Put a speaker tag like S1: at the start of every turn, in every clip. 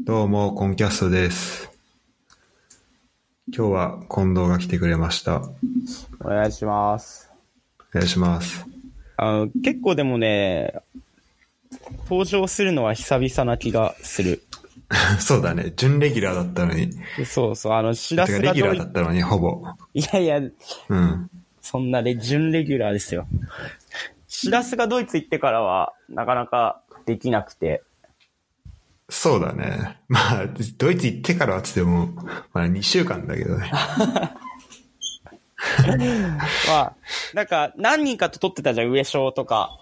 S1: どうも、コンキャストです。今日は近藤が来てくれました。お
S2: お願いします。
S1: 願いします。
S2: あの、結構でもね、登場するのは久々な気がする。
S1: そうだね、準レギュラーだったのに。
S2: そうそう、あの、知ら
S1: てか
S2: す
S1: レ
S2: が
S1: ギュ
S2: 通
S1: ラー
S2: り
S1: だっ、たのに、ほぼ。
S2: いやいや、
S1: うん。
S2: そんなで、準レギュラーですよ。しらすがドイツ行ってからは、なかなかできなくて。
S1: そうだね。まあ、ドイツ行ってからはつっても、まあ2週間だけどね。
S2: まあ、なんか、何人かと撮ってたじゃん、上昇とか。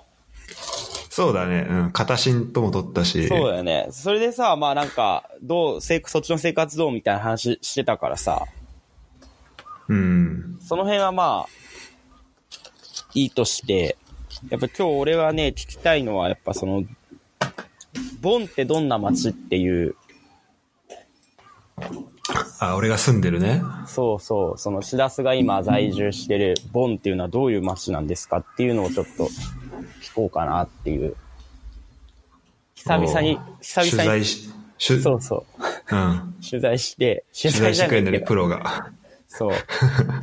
S1: そうだね、うん。片新とも撮ったし。
S2: そうだよね。それでさ、まあなんか、どう、せいそっちの生活どうみたいな話してたからさ、
S1: うん。
S2: その辺はまあ、いいとして、やっぱ今日俺はね、聞きたいのは、やっぱその、ボンってどんな街っていう、
S1: あ、俺が住んでるね。
S2: そうそう、そのシラスが今在住してるボンっていうのはどういう街なんですかっていうのをちょっと聞こうかなっていう。久々に
S1: おう、
S2: 久
S1: 取
S2: 々に
S1: 材、し、取
S2: そうそう、
S1: うん。
S2: 取材して、取
S1: 取材してくれるの
S2: け
S1: に
S2: ど
S1: プロ が。
S2: そう。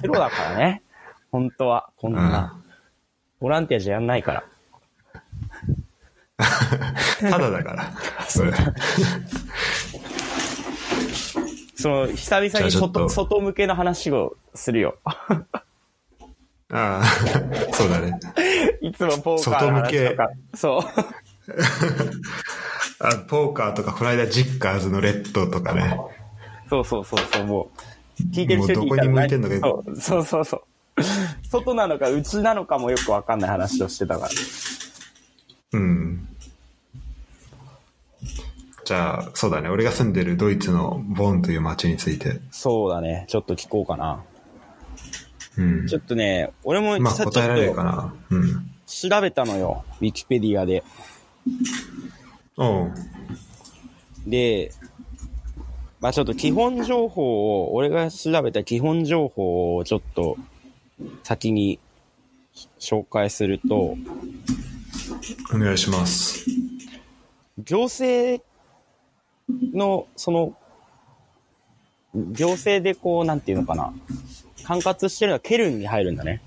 S2: プロだからね。本当は、こんな。ボランティアじゃやんないから。
S1: ただだから。 それ。
S2: その、久々
S1: じゃあ
S2: に
S1: ちょっと
S2: 外、外向けの話をするよ。
S1: ああ、 そうだね。
S2: いつもポーカーの話とか。そう。
S1: あポーカーとか、この間、ジッカーズのレッドとかね。
S2: そうそうそうそう、もう。聞いてる人に
S1: もうどこに向いてんのかよ
S2: そうそうそうそう。外なのか、内なのかもよくわかんない話をしてたから。
S1: うん。じゃあ、そうだね。俺が住んでるドイツのボンという街について。
S2: そうだね。ちょっと聞こうかな。
S1: うん
S2: ち。ょっとね、俺も
S1: まあ、
S2: さち
S1: 答えられ
S2: ょ
S1: る
S2: っ
S1: か
S2: と
S1: な。うん。
S2: 調べたのよ。ウィキペディアで。
S1: おう。
S2: で、まあちょっと基本情報を、俺が調べた基本情報をちょっと先に紹介すると、
S1: お願いします。
S2: 行政の、その、行政でこう、なんていうのかな、管轄してるのはケルンに入るんだね。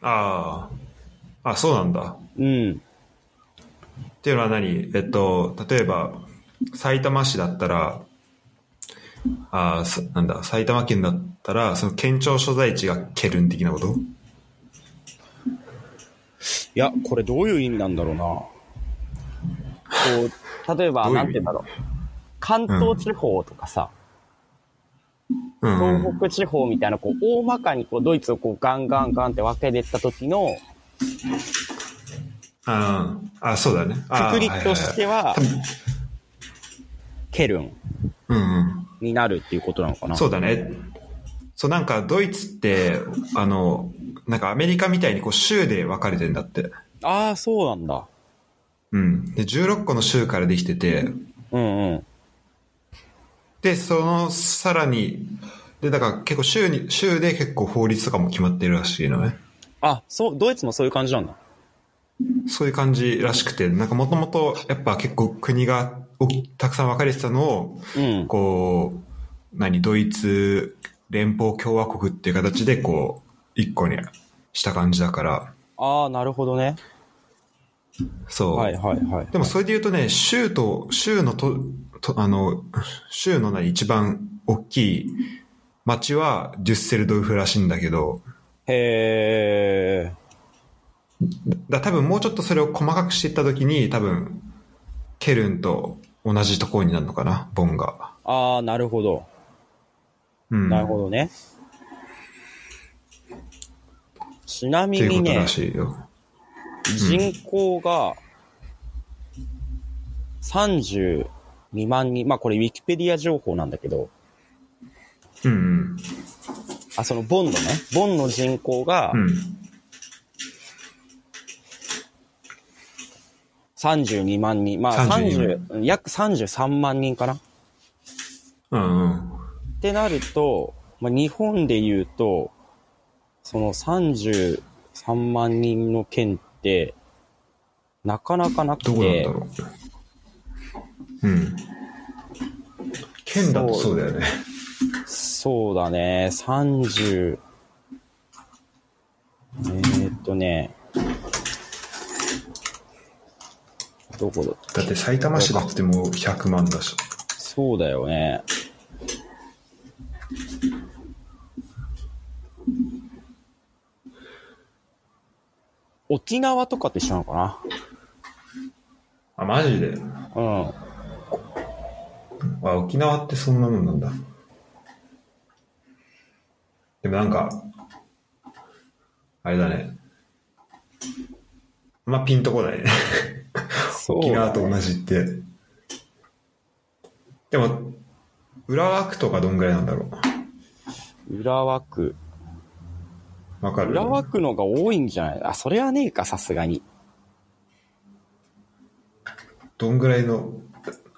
S1: ああ。あ、そうなんだ。
S2: うん。
S1: っていうのは何えっと、例えば、埼玉市だったら、ああ、さなんだ、埼玉県だったら、その県庁所在地がケルン的なこと
S2: いや、これどういう意味なんだろうな。こう、例えば、
S1: どういう意味
S2: なんていうんだろう。関東地方とかさ、
S1: うんうん、
S2: 東北地方みたいな、こう、大まかにこう、ドイツをこう、ガンガンガンって分けてった時の、
S1: ああ、あそうだね。ああ
S2: くくりとしては、ケルン
S1: はいはいはいうんうん。
S2: になるっていうことなのかな。
S1: そうだね。そう、なんかドイツって、あの、なんかアメリカみたいにこう州で分かれてんだって。
S2: ああ、そうなんだ。
S1: うん。で、16個の州からできてて、
S2: うんうん。
S1: で、そのさらに、で、だから結構州に、州で結構法律とかも決まってるらしいのね。
S2: あ、そう、ドイツもそういう感じなんだ。
S1: そういう感じらしくて、なんかもともとやっぱ結構国がおたくさん分かれてたのを、
S2: うん。
S1: こう、何、ドイツ連邦共和国っていう形で、こう、一個にした感じだから、
S2: ああ、なるほどね。
S1: そう。
S2: はいはいはい。
S1: でもそれで言うとね、州と、州のと、とあの、州の何、一番大きい町はデュッセルドルフらしいんだけど、
S2: へえ。
S1: だ多分もうちょっとそれを細かくしていったときに、多分、ケルンと同じところになるのかな、ボンが。
S2: ああ、なるほど。
S1: うん。
S2: なるほどね。ちな
S1: っ
S2: み
S1: てい
S2: に
S1: うこと
S2: ね
S1: ら、しいよ。
S2: 人口が32万人。まあこれウィキペディア情報なんだけど、
S1: うん
S2: あ、そのボンのね、ボンの人口が
S1: うん。うん。
S2: 32万人。まあ
S1: 32
S2: 30、約33万人かな。
S1: うんうん。
S2: ってなると、まあ、日本で言うと、その33万人の県って、なかなかなく
S1: どこなん
S2: て
S1: だ、ろう。うん。県だとそうだよね。
S2: そうだね、30、えー、っとね、どこだ
S1: だって埼玉市だってもう100万だし。
S2: そうだよね。沖縄とかと一緒なのか
S1: あ、マジで。
S2: なうん。
S1: あ、沖縄ってそんなもんなんだ。でもなんか、あれだね。あんまピンとこないね。
S2: そう
S1: 沖縄
S2: だね
S1: と同じって。でも、浦和区とかどんぐらいなんだろ
S2: 浦和区。
S1: う。わかる
S2: 浦和区の方が多いんじゃないあ、それはねえか、さすがに。
S1: どんぐらいの、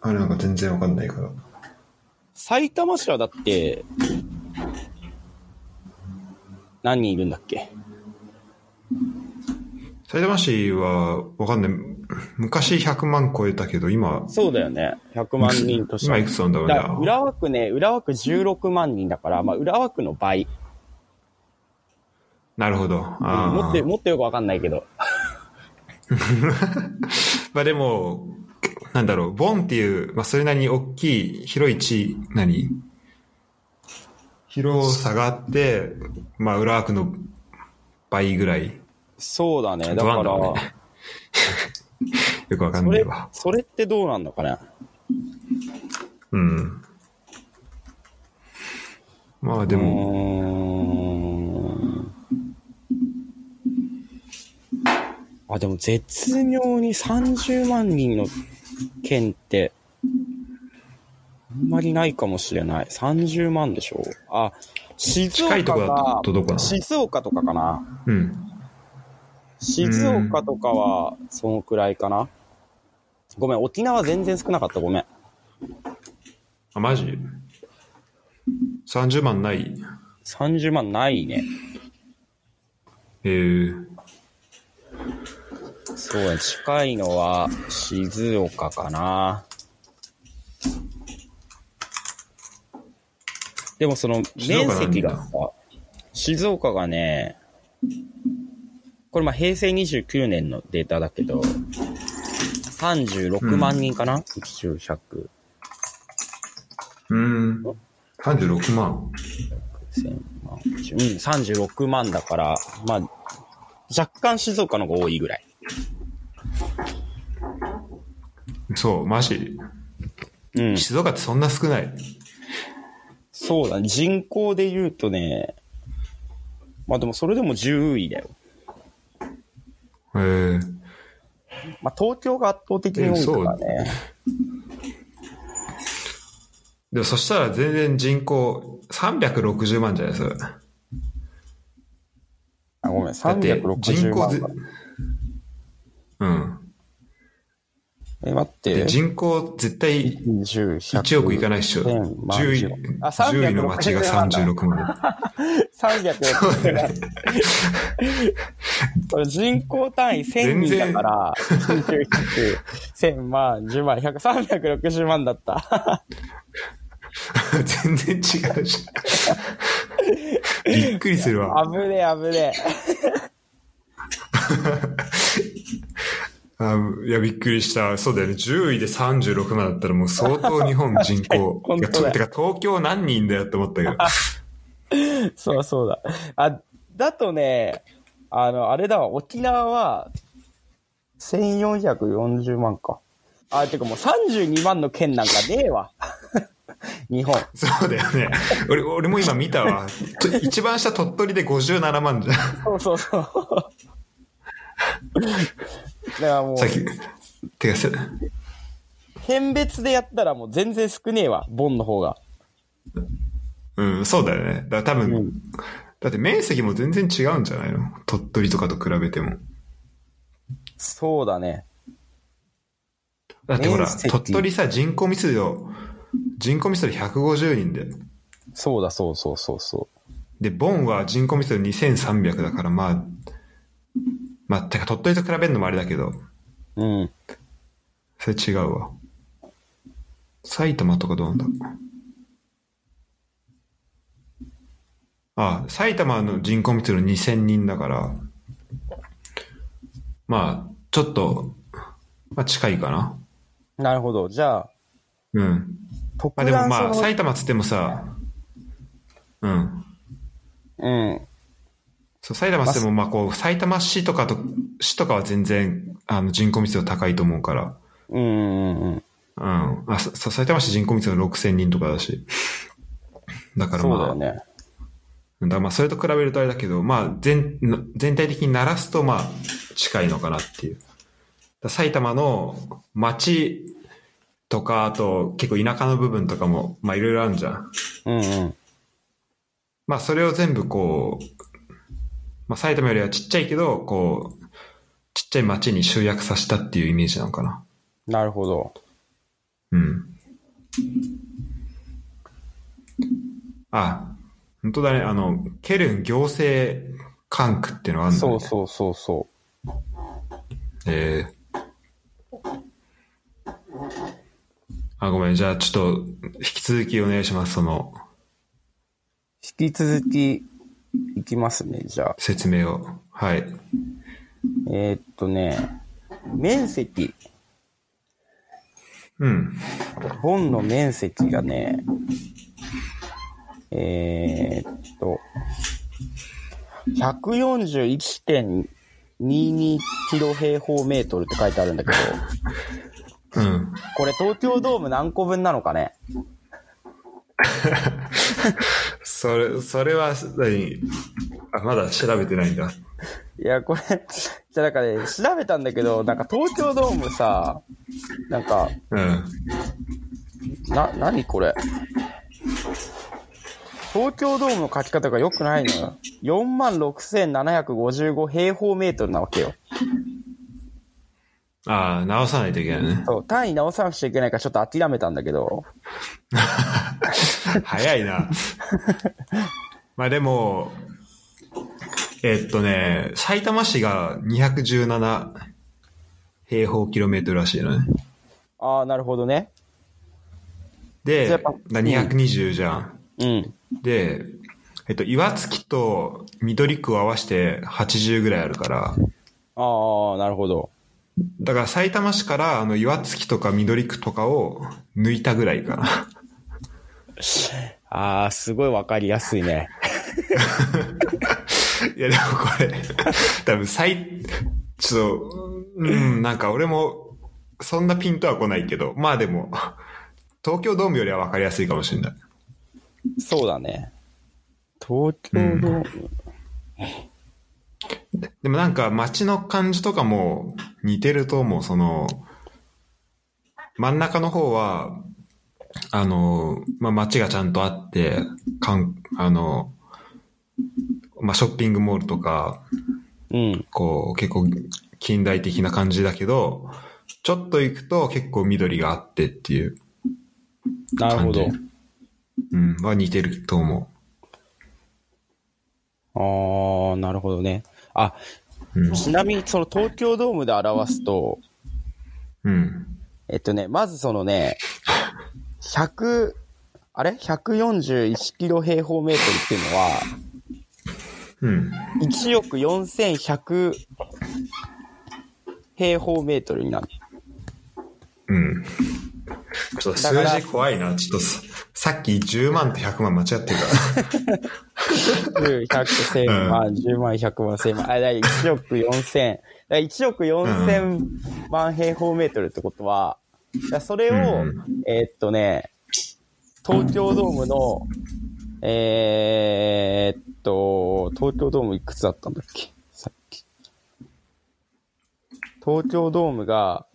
S1: あれなんか全然わかんないから。
S2: 埼玉市はだって、何人いるんだっけ
S1: 埼玉市はわかんない。昔100万超えたけど、今、
S2: そうだよね。100万人として
S1: 今いくつなんだろうね
S2: だから。浦和区ね、浦和区16万人だから、まあ、浦和区の倍。
S1: なるほど。あー
S2: もっと、もっとよくわかんないけど。
S1: まあでも、なんだろう、ボンっていう、まあそれなりに大きい、広い地、何広さがあって、まあ浦和区の倍ぐらい。
S2: そうだね。だ
S1: どう
S2: か
S1: なんだろ
S2: ら
S1: う、ね。よくわかん
S2: そ
S1: な
S2: れ
S1: いわ、。
S2: それってどうなんのかな
S1: うん。まあで
S2: う
S1: も、
S2: ーん。あ、でも絶妙に30万人の県って、あんまりないかもしれない。30万でしょあ、静
S1: 近
S2: 岡
S1: いとこだ
S2: が、
S1: とどこなの
S2: 静岡とかかな。
S1: うん。
S2: 静岡とかは、そのくらいかな。ごめん、沖縄全然少なかった、ごめん。
S1: あ、マジ ?30 万ない
S2: 30万ないね。
S1: えー、
S2: そうや、近いのは静岡かな。でもその
S1: 静岡なん
S2: 面
S1: だ
S2: 積がさ、静岡がね、これまあ平成29年のデータだけど、36万人かな、一応100、
S1: うん。36万。
S2: 1000万、1000うん、36万だから、まあ、若干静岡の方が多いぐらい。
S1: そう、マジ。
S2: うん。
S1: 静岡ってそんな少ない。
S2: そうだね、人口で言うとね、まあでもそれでも10位だよ。
S1: えー、
S2: まあ東京が圧倒的に多いからね。
S1: でもそしたら全然人口360万じゃないですか。
S2: あごめ
S1: だ
S2: ん、
S1: って人
S2: 360
S1: 口
S2: 万
S1: ぜ
S2: か。
S1: うん。
S2: え、待っ
S1: で
S2: て。
S1: 人口絶対
S2: 10、
S1: 1億いかないっしょ。
S2: 1000万
S1: 10位
S2: あ、
S1: 10位の町が36万。
S2: 360万。これ人口単位1000人だから、10、1000万、10万、100、360万だった。
S1: 全然違 うじゃん。びっくりするわ。
S2: 危ねえ、危ね
S1: あいや、びっくりした。そうだよね。10位で36万だったらもう相当日本人口。
S2: 本
S1: いや
S2: 当
S1: と
S2: だ
S1: てか東京何人だよって思ったけ ど。
S2: え。そうそうだ。あ、だとね、あの、あれだわ、沖縄は、1440万か。あ、てかもう32万の県なんかねえわ。 日本。
S1: そうだよね。俺、俺も今見たわ。と一番下鳥取で57万 じゃん。
S2: そうそうそう。だからもう
S1: さ、っき。てかせ、
S2: 県別でやったらもう全然少ねえわ、ボンの方が。
S1: うん、そうだよね。だから多分、
S2: うん
S1: だって面積も全然違うんじゃないの鳥取とかと比べても。
S2: そうだね。
S1: だってほら、
S2: 面積
S1: 鳥取さ、人口密度、人口密度150人で。
S2: そうだ、そうそうそうそ
S1: で、ボンは人口密度2300だから、まあ、まあ、てか鳥取と比べるのもあれだけど、
S2: う。うん。
S1: それ違うわ。埼玉とかどうなんだろうあ、埼玉の人口密度2000人だから、まあ、ちょっと、まあ近いかな。
S2: なるほど。じゃあ、
S1: うん。ま
S2: 特
S1: あでも
S2: 段そ
S1: まあ、
S2: の、
S1: 埼玉っつってもさ、うん。
S2: うん。
S1: そう、埼玉っつっても、まあこう、埼玉市とかと、市とかは全然、あの、人口密度高いと思うから、
S2: うんうんう
S1: う
S2: ん。
S1: ん。あ、さ、埼玉市人口密度6000人とかだし。 だからま
S2: そ
S1: あ、
S2: うだよね。
S1: だからまあそれと比べるとあれだけど、まあ、全全体的に鳴らすとまあ近いのかなっていう。だから埼玉の町とか、あと結構田舎の部分とかもまあいろいろあるじゃん。
S2: うんうん。
S1: まあそれを全部こう、まあ埼玉よりはちっちゃいけど、こう、ちっちゃい町に集約させたっていうイメージなのかな。
S2: なるほど。
S1: うん。あ、本当だね。あの、ケルン行政管区っていうのがあるんだ、ね、
S2: そうそうそうそ
S1: ええあ、ごめん。じゃあ、ちょっと、引き続きお願いします。その、
S2: う。引き続き、いきますね、じゃあ。
S1: 説明を。はい。
S2: えーっとね、面積、
S1: うん。
S2: ボンの面積がね、えーっと、141.22キロ平方メートルって書いてあるんだけど、
S1: うん。
S2: これ東京ドーム何個分なのかね
S1: それ、それは、何あ、まだ調べてないんだ。
S2: いや、これ、じゃあなんかね、調べたんだけど、なんか東京ドームさ、なんか、
S1: うん。
S2: な、なにこれ。東京ドームの書き方が良くないのよ。46,755平方メートルなわけよ。
S1: ああ、直さないといけない ね。
S2: そう、単位直さなくちゃいけないからちょっと諦めたんだけど。
S1: 早いな。まあでも、えっとね、埼玉市が217平方キロメートルらしいのね。
S2: ああ、なるほどね。
S1: で、だ
S2: やっぱ
S1: 220じゃん。
S2: うん。
S1: で、えっと、岩槻と緑区を合わせて80ぐらいあるから、
S2: ああ、なるほど。
S1: だから埼玉市からあの岩槻とか緑区とかを抜いたぐらいかな。
S2: ああ、すごいわかりやすいね。
S1: いや、でもこれ、多分最、ちょっと、うん、なんか俺も、そんなピンとは来ないけど、まあでも、東京ドームよりは分かりやすいかもしれない。
S2: そうだね。東京ドーム。
S1: でもなんか街の感じとかも似てると思う。その、真ん中の方は、あの、まあ、街がちゃんとあって、かん、あの、まあ、ショッピングモールとか、
S2: うん。
S1: こう、結構近代的な感じだけど、ちょっと行くと結構緑があってっていう
S2: なる
S1: 感
S2: ほ
S1: じ。
S2: ど。
S1: うん、は似てると思
S2: ああ、なるほどね。あ、
S1: う。うん。
S2: ちなみにその東京ドームで表すと、
S1: うん。
S2: えっとね、まずそのね、100、あれ ?141 キロ平方メートルっていうのは、
S1: うん。
S2: 1億4100平方メートルになる。
S1: うん。ちょっと
S2: だ
S1: 数
S2: から
S1: 字怖いな。ちょっとささっき10万と100万間違ってるから。
S2: 100、1000万、10万、100万、1000万。あ、だ1億4000。だ1億4000万平方メートルってことは、だからそれを、
S1: う
S2: えーっとね、東京ドームの、えーっと、東京ドームいくつだったんだっけさっき。東京ドームが、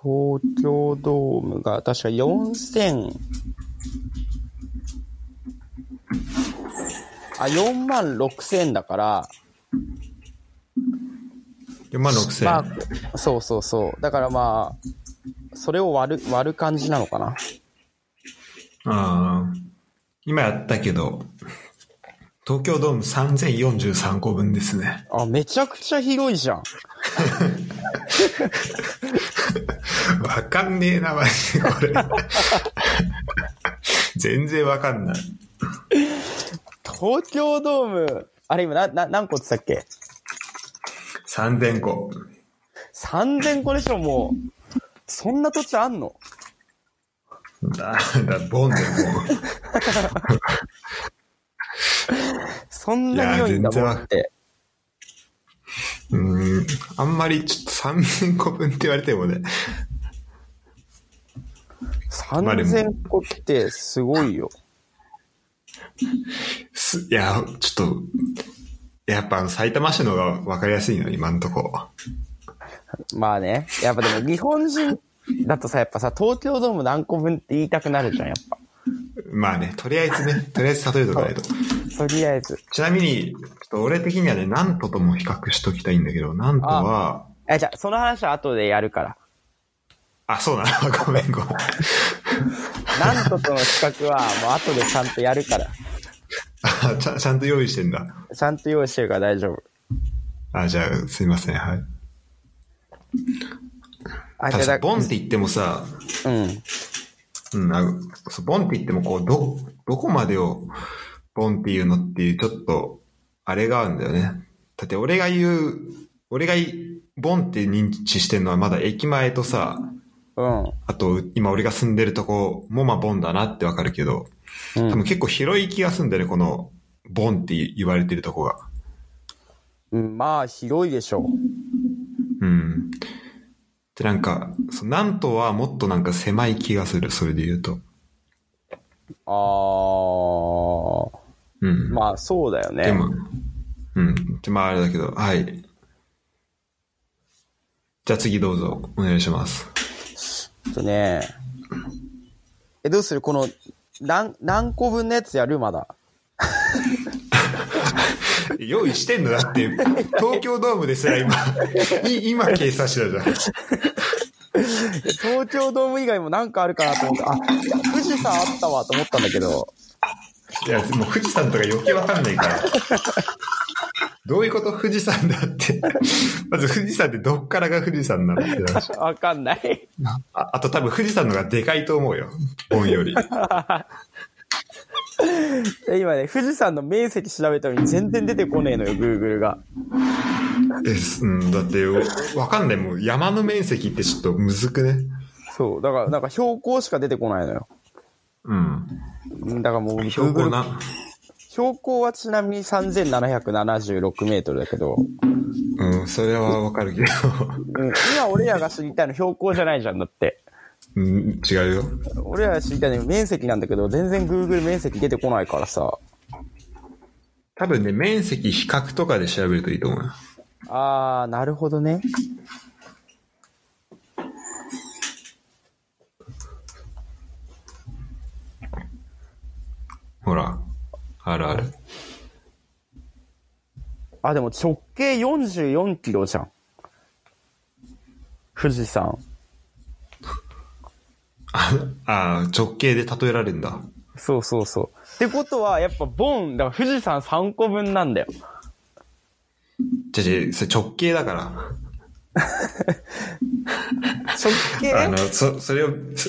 S2: 東京ドームが、確か4000、あ、4万6000だから、
S1: 4万6千。
S2: まあ、そうそうそう。だからまあ、それを割る、割る感じなのかな。
S1: ああ、今やったけど、東京ドーム3043個分ですね。
S2: あ、めちゃくちゃ広いじゃん。
S1: わかんねえな、マジでこれ。 全然わかんない。
S2: 東京ドーム、あれ今な、な、何個って言ったっけ
S1: 3000個。
S2: ?3000 個でしょ、もう。そんな土地あんの
S1: だ、だ、ボンでも
S2: そんなに広いんだ
S1: いや全
S2: もん
S1: 然
S2: って。
S1: う。うーん、あんまりちょっと3000個分って言われてもね。まあでも
S2: 3000個ってすごいよ。
S1: すいや、ちょっと、やっぱあの、埼玉市の方がわかりやすいの、今んとこ。
S2: まあね。やっぱでも日本人だとさ、やっぱさ、東京ドーム何個分って言いたくなるじゃん、やっぱ。
S1: まあね、とりあえずね、とりあえず例えとかないと。
S2: とりあえず。
S1: ちなみに、ちょっと俺的にはね、なんととも比較しときたいんだけど、なんとは、
S2: え、じゃあ、その話は後でやるから。
S1: あ、そうなのごめんごめん。
S2: なんととの比較は、もう後でちゃんとやるから。
S1: あちゃんちゃんと用意してんだ。
S2: ちゃんと用意してるから大丈夫。
S1: あ、じゃあ、すいません、はい。
S2: あ、
S1: ただ
S2: じゃ
S1: さ
S2: あ、
S1: ボンって言ってもさ、
S2: うん。
S1: うん、あそうボンって言っても、こう、ど、どこまでをボンって言うのっていう、ちょっと、あれがあるんだよね。だって、俺が言う、俺がいボンって認知してんのは、まだ駅前とさ、
S2: うん。
S1: あと、今俺が住んでるとこも、まあ、ボンだなってわかるけど、
S2: うん
S1: 多分結構広い気がすんだよね、この、ボンって言われてるとこが。
S2: うん、まあ、広いでしょ
S1: うん。で、なんか、そうなんとはもっとなんか狭い気がする、それで言うと。
S2: う。あ
S1: うん。
S2: ー、まあ、そうだよね。
S1: でも、うん。でまああれだけど、はい。じゃあ次どうぞ、お願いします。
S2: ちょっとね。え、どうするこの、何、何個分のやつやるまだ。
S1: 用意してんのだって、東京ドームですら今、 い今計算してたじゃん。
S2: 東京ドーム以外も何かあるかなと思って、あ、富士山あったわと思ったんだけど、
S1: いや、もう富士山とか余計わかんないから。どういうこと富士山だって。まず富士山ってどっからが富士山なのって話。
S2: わかんない。
S1: ああと多分富士山のがでかいと思うよ。本より。
S2: で今ね、富士山の面積調べたのに全然出てこねえのよ、Google が。
S1: です。うん、だってよ、わかんない。もう山の面積ってちょっとむずくね。
S2: そう。だから、なんか標高しか出てこないのよ。
S1: うん。
S2: うんだからもう Google、
S1: 標高な。
S2: 標高はちなみに3776メートルだけど、
S1: うん、それはわかるけど。
S2: うん、今俺らが知りたいの標高じゃないじゃんだって。
S1: うん、違うよ。
S2: 俺らが知りたいの面積なんだけど、全然 Google 面積出てこないからさ。
S1: 多分ね、面積比較とかで調べるといいと思うよ。
S2: あー、なるほどね。
S1: ほら。あるある。
S2: あ、でも直径44キロじゃん。富士山。
S1: ああ、直径で例えられるんだ。
S2: そうそうそう。ってことは、やっぱボン、だから富士山3個分なんだよ。
S1: じゃじゃ、それ直径だから。
S2: 直
S1: あ
S2: 径
S1: の、そ、それを、そ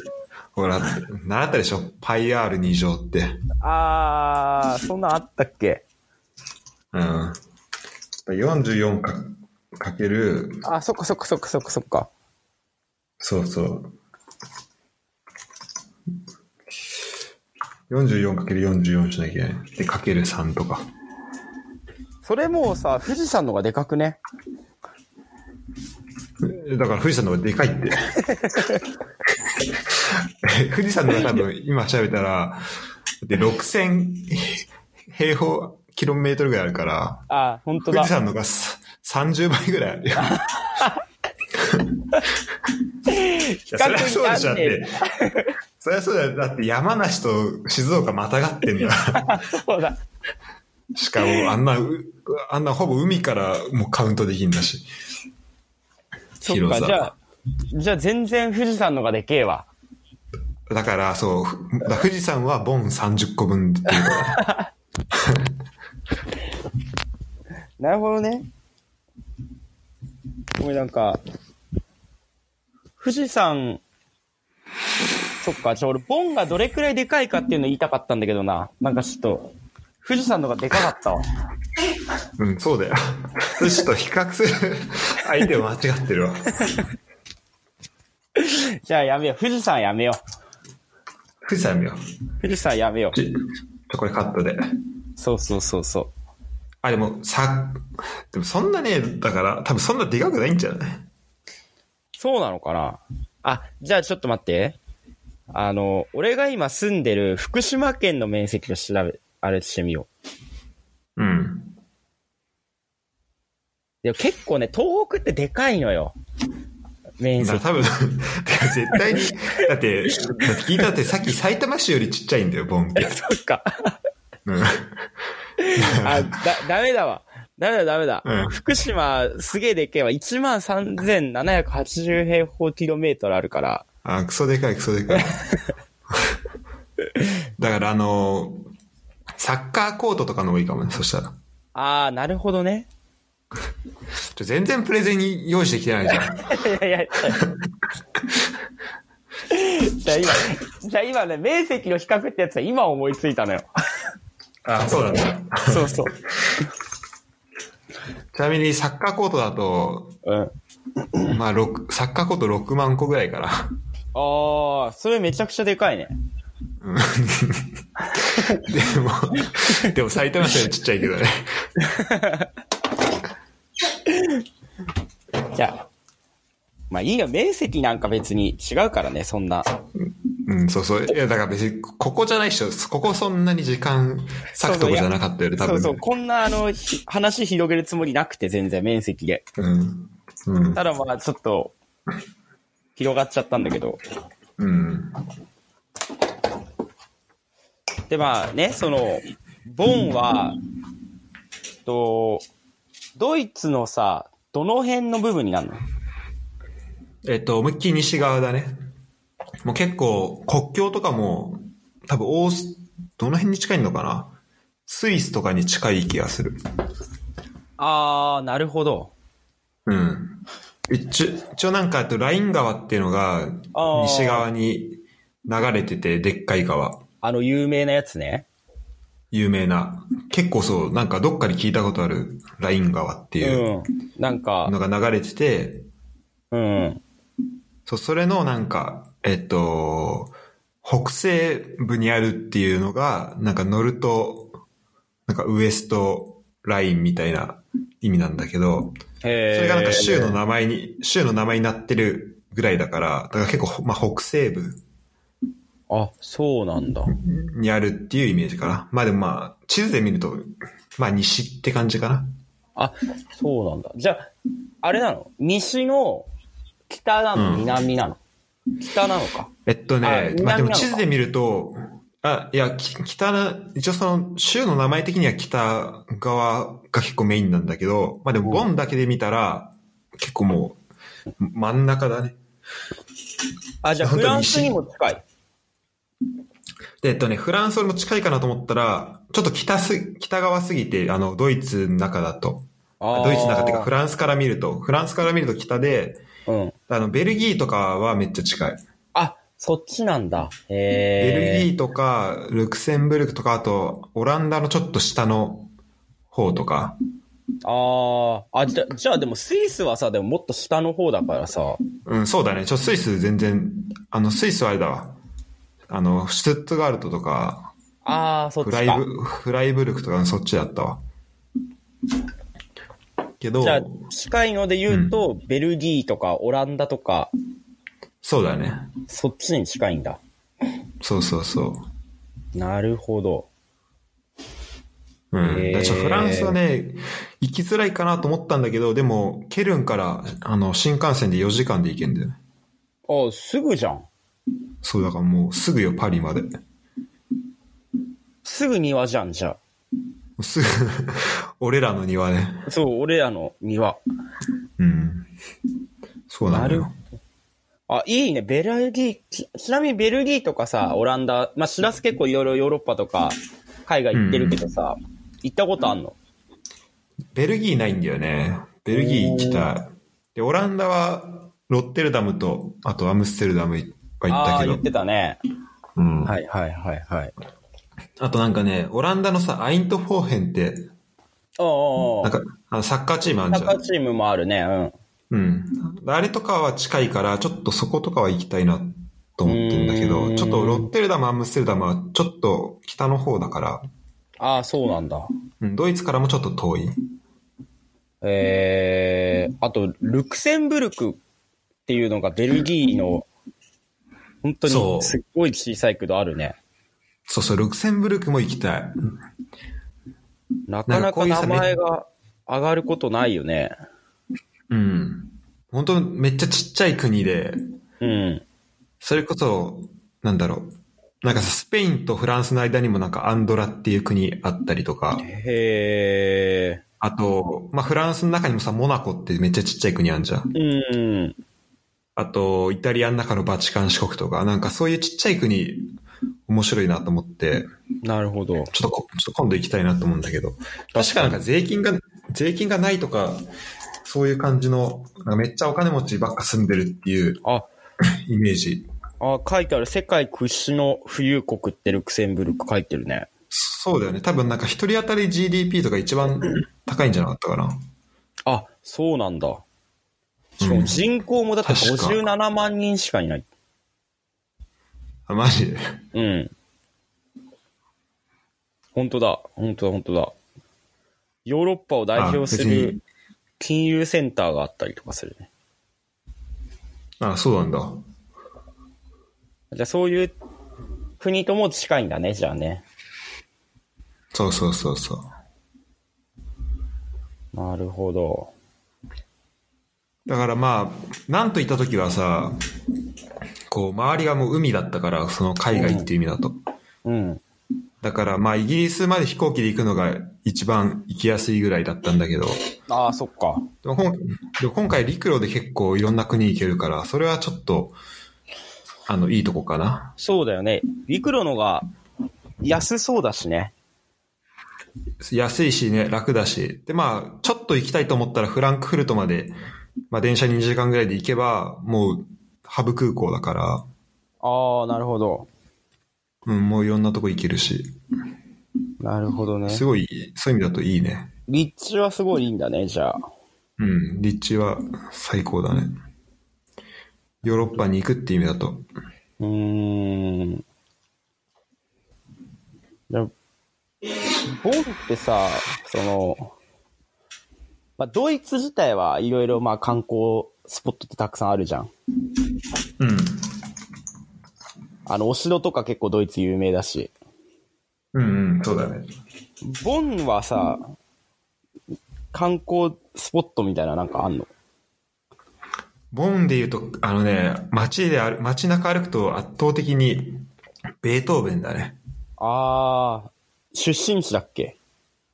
S1: ほら、習ったでしょパイ R2 乗って。
S2: あー、そんなんあったっけ
S1: うん。44か、かける、
S2: あ、そっかそっかそっかそっかそっか。
S1: そうそう。44かける44しなきゃいけない。で、かける3とか。
S2: それもうさ、富士山のがでかくね。
S1: えだから富士山の方がでかいって。 え富士山の方が多分今調べたら、で6000平方キロメートルぐらいあるから、
S2: あ、本当
S1: 富
S2: だ
S1: 士。山の方がさ30倍ぐらいあるよ。いやそりゃそうでしょだって。そりゃそうだよ。だって山梨と静岡またがって んだ。
S2: そうだ。
S1: しかもあんな、うあんなほぼ海からもうカウントできんだし。
S2: そっか、じゃあ、じゃあ全然富士山のがでけえわ。
S1: だから、そうふ、だから富士山はボン30個分っていうか
S2: なるほどね。これなんか、富士山、そっか、ちょ、俺、ボンがどれくらいでかいかっていうの言いたかったんだけどな。なんかちょっと、富士山の方がでかかったわ。
S1: うん、そうだよ。それちょっと比較する相手を間違ってるわ。
S2: じゃあやめよう。富士山やめよ
S1: 富士山見よう。
S2: う。富士山やめよう。
S1: ちちょっとこれカットで。
S2: そうそうそうそ。
S1: あ、でも、さ、でもそんなね、だから、多分そんなでかくないんじゃないう
S2: そうなのかなあ、じゃあちょっと待って。あの、俺が今住んでる福島県の面積を調べ、あれしてみよう。
S1: うん。
S2: でも結構ね、東北ってでかいのよ。面
S1: だから
S2: 積。
S1: 多分、てか絶対に、だって、だって聞いたってさっき埼玉市よりちっちゃいんだよ、ボンって。
S2: そっか。
S1: うん。
S2: あ、だ、ダメだわ。ダメだ、ダメだ。
S1: うん
S2: 福島、すげえでけえわ。13,780平方キロメートルあるから。
S1: あ、クソでかい、クソでかい。だから、あの、サッカーコートとかの方がいいかもね、そしたら。
S2: あー、なるほどね。
S1: ちょ全然プレゼンに用意してきてないじゃん。
S2: いや いやいや。じゃあ今、じゃあ今ね、面積の比較ってやつは今思いついたのよ。
S1: あ、そうなんだ。
S2: そうそう。
S1: ちなみにサッカーコートだと、
S2: うん。
S1: まあ、六サッカーコート6万個ぐらいから。
S2: あー、それめちゃくちゃでかいね。
S1: うんでも、でも埼玉市よりちっちゃいけどね。
S2: じゃあ。まあいいよ、面積なんか別に違うからね、そんな。
S1: うん、そうそう。いや、だから別に、ここじゃないっしょ。ここそんなに時間割くとこじゃなかったよね、多
S2: そう
S1: 分。
S2: そう、こんなあの、ひ話広げるつもりなくて、全然面積で。
S1: うん。うん。
S2: ただまあ、ちょっと、広がっちゃったんだけど。
S1: うん。
S2: でまあね、その、ボンは、と、ドイツのさ、どの辺の部分になるの
S1: えっと、思いっきり西側だね。もう結構、国境とかも、多分オース、どの辺に近いのかなスイスとかに近い気がする。
S2: あー、なるほど。
S1: うん。一応一応なんか、えっとライン川っていうのが
S2: あー、
S1: 西側に流れてて、でっかい川。
S2: あの、有名なやつね。
S1: 有名な。結構そう、なんかどっかで聞いたことある、ライン川っていう
S2: うん。なんか、
S1: のが流れてて、
S2: うん。
S1: そう、それのなんか、えっと、北西部にあるっていうのが、なんか乗ると、なんかウエストラインみたいな意味なんだけど、そ
S2: へ
S1: れがなんか州の
S2: な。
S1: 名前に、州の名前になってるぐらいだから、だから結構、まあ、北西部
S2: あ、そうなんだ。
S1: にあるっていうイメージかな。まあでもまあ、地図で見ると、まあ西って感じかな。
S2: あ、そうなんだ。じゃあ、あれなの西の、北なの、
S1: うん
S2: 南なの、北なのか。
S1: えっと
S2: あ
S1: ね、
S2: 南
S1: まあでも
S2: なのか
S1: 地図で見ると、あ、いや、き北な、一応その、州の名前的には北側が結構メインなんだけど、まあでも、ボンだけで見たら、結構もう、真ん中だね。
S2: あ、じゃあ
S1: 本
S2: フ
S1: 当に
S2: ランスにも近い。
S1: で、えっとね、フランスよりも近いかなと思ったら、ちょっと北す、北側すぎて、あの、ドイツの中だと。
S2: あー
S1: ドイツの中っていうか、フランスから見ると、フランスから見ると北で、
S2: うん。
S1: あの、ベルギーとかはめっちゃ近い。
S2: あ、そっちなんだ。
S1: ベルギ
S2: へえ。
S1: ーとか、ルクセンブルクとか、あと、オランダのちょっと下の方とか。
S2: ああ。あ、じゃ、じゃあでもスイスはさ、でももっと下の方だからさ。
S1: うん、そうだね。ちょ、スイス全然、あの、スイスはあれだわ。あの、シュツットガルトとか、
S2: ああ、そっ
S1: フ
S2: ち
S1: ライ
S2: か。
S1: ブ、フライブルクとか、そっちだったわ。けど
S2: じ、ゃあ、近いので言うと、ベルギーとかオランダとか、
S1: そうだね。
S2: そっちに近いんだ。
S1: そうそうそ
S2: なるほど。
S1: う。うん。
S2: へー
S1: だからちょフランスはね、行きづらいかなと思ったんだけど、でも、ケルンから、あの、新幹線で4時間で行けんだよね。
S2: あすぐじゃん。
S1: そう、だからもうすぐよ、パリまで。
S2: すぐ庭じゃん、じゃ
S1: すぐ、俺らの庭ね。
S2: あ。そう、俺らの庭。
S1: うん。そうな
S2: な
S1: だ
S2: んる
S1: よ。
S2: あ、いいね。ベルギー、ちちなみにベルギーとかさ、オランダ、まあ、シラス結構いろいろヨーロッパとか、海外行ってるけどさ、行ったことあんの
S1: ベルギーないんだよね。ベルギー行きたい。で、オランダは、ロッテルダムと、あとアムステルダムは行っ
S2: あ
S1: た
S2: あー、
S1: けど
S2: 言っ。てたね。
S1: うん
S2: はいはいはいはい。
S1: あとなんかね、オランダのさ、アイントフォーヘンって、
S2: お
S1: なんか、
S2: ー
S1: あのサッカーチームあ
S2: おー、
S1: る
S2: サ
S1: じ
S2: ッ
S1: ゃん
S2: カー。チームもあるね。うん。
S1: うん。あれとかは近いから、ちょっとそことかは行きたいなと思ってんだけ
S2: うー
S1: ど、
S2: ん
S1: ちょっとロッテルダム、アムステルダムはちょっと北の方だから、
S2: ああ、そうなんだ。
S1: うん、ドイツからもちょっと遠い。
S2: えー、あと、ルクセンブルクっていうのがベルギーの、本当
S1: そ
S2: に
S1: う
S2: すっごい小さいけどあるね。
S1: そうそう、ルクセンブルクも行きたい。
S2: なかなか名前が上がることないよね。
S1: うん。本当めっちゃちっちゃい国で、
S2: うん。
S1: それこそ、なんだろう。なんかさ、スペインとフランスの間にもなんかアンドラっていう国あったりとか、
S2: へ
S1: あと、まあ、フランスの中にもさ、モナコってめっちゃちっちゃい国あるじゃん。
S2: ー。うん。
S1: あと、イタリアの中のバチカン四国とか、なんかそういうちっちゃい国、面白いなと思って、
S2: なるほど。
S1: ちょっとこ、ちょっと今度行きたいなと思うんだけど。確かなんか税金が、税金がないとか、そういう感じの、なんかめっちゃお金持ちばっか住んでるっていう
S2: あ、
S1: イメージ。
S2: あ、書いてある。世界屈指の富裕国ってルクセンブルク書いてるね。
S1: そうだよね。多分なんか一人当たり GDP とか一番高いんじゃなかったかな。
S2: あ、そうなんだ。しかも人口もだって
S1: 確か
S2: 57万人しかいない。
S1: あ、マジ で。
S2: うん。本当だ。本当だ、本当だ。ヨーロッパを代表す
S1: あ別
S2: る
S1: に
S2: 金融センターがあったりとかするね。
S1: あ、そうなんだ。
S2: じゃあそういう国とも近いんだね、じゃあね。
S1: そうそうそうそう。
S2: なるほど。
S1: だからまあ、なんと言った時はさ、こう、周りがもう海だったから、その海外っていう意味だと。
S2: うん。
S1: だからまあ、イギリスまで飛行機で行くのが一番行きやすいぐらいだったんだけど、
S2: ああ、そっか。
S1: でもほんでも今回陸路で結構いろんな国行けるから、それはちょっと、あの、いいとこかな。
S2: そうだよね。陸路のが安そうだしね。
S1: 安いしね、楽だし。で、まあ、ちょっと行きたいと思ったらフランクフルトまで、まあ、電車に2時間ぐらいで行けば、もう、ハブ空港だから、
S2: ああ、なるほど。
S1: うん、もういろんなとこ行けるし、
S2: なるほどね
S1: すごい、そういう意味だといいね。
S2: 立地はすごいいいんだね、じゃあ。
S1: うん、立地は最高だね。ヨーロッパに行くって意味だと。
S2: うーん。でもボンってさ、その、まあ、ドイツ自体はいろいろまあ観光スポットってたくさんあるじゃん。
S1: うん。
S2: あの、お城とか結構ドイツ有名だし。
S1: うんうん、そうだね。
S2: ボンはさ、観光スポットみたいななんかあんの
S1: ボンで言うと、あのね、街である、街中歩くと圧倒的に、ベートーベンだね。
S2: ああ、出身地だっけ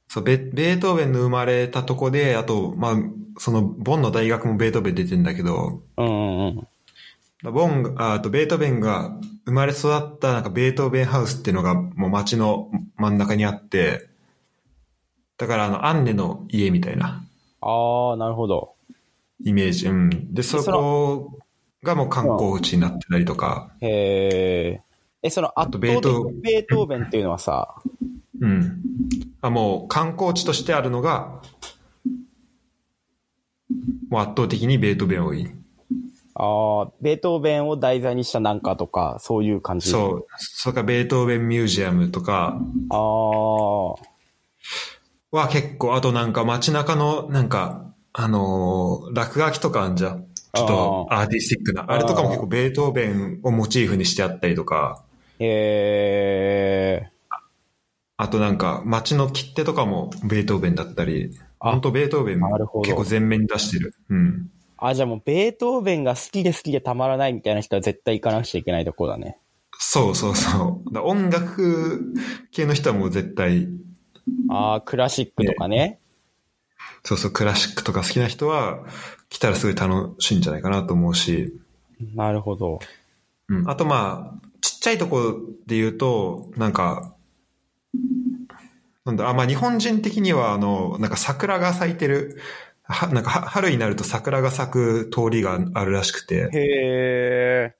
S1: そう、ベ、ベートーベンの生まれたとこで、あと、まあ、その、ボンの大学もベートーベン出てんだけど、
S2: うんうんうん。
S1: ボンが、ああとベートーベンが生まれ育った、なんかベートーベンハウスっていうのが、もう街の真ん中にあって、だから、あの、アンネの家みたいな
S2: ああ、なるほど。
S1: イメージ。うん。で、そ
S2: そ
S1: こがもう観光地になってたりとか、
S2: へえ。え、その圧
S1: と
S2: 倒
S1: ベー
S2: 的
S1: ト
S2: にベートーベンっていうのはさ、
S1: うん。あもう、観光地としてあるのが、もう圧倒的にベートーベン多い。
S2: ああ、ベートーベンを題材にしたなんかとか、そういう感じ。う。
S1: そう。それからベートーベンミュージアムとか
S2: あ
S1: は結構、あとなんか街中のなんか、あのー落書きとかあんじゃん。ちょっとアーティスティックな。あれとかも結構ベートーベンをモチーフにしてあったりとか、
S2: あ、へえ。
S1: あとなんか街の切手とかもベートーベンだったり、
S2: あ
S1: 本当ベートーベン
S2: なるほど
S1: 結構前面に出してる。うん。
S2: あ、じゃあもうベートーベンが好きで好きでたまらないみたいな人は絶対行かなくちゃいけないとこだね。
S1: そうそうそう。だ音楽系の人はもう絶対、
S2: ああ、クラシックとかね。
S1: そうそう、クラシックとか好きな人は来たらすごい楽しいんじゃないかなと思うし、
S2: なるほど。
S1: うん。あとまあ、ちっちゃいところで言うと、なんか、なんだ、あ、まあ日本人的には、あの、なんか桜が咲いてる、は、なんかは春になると桜が咲く通りがあるらしくて、
S2: へえ。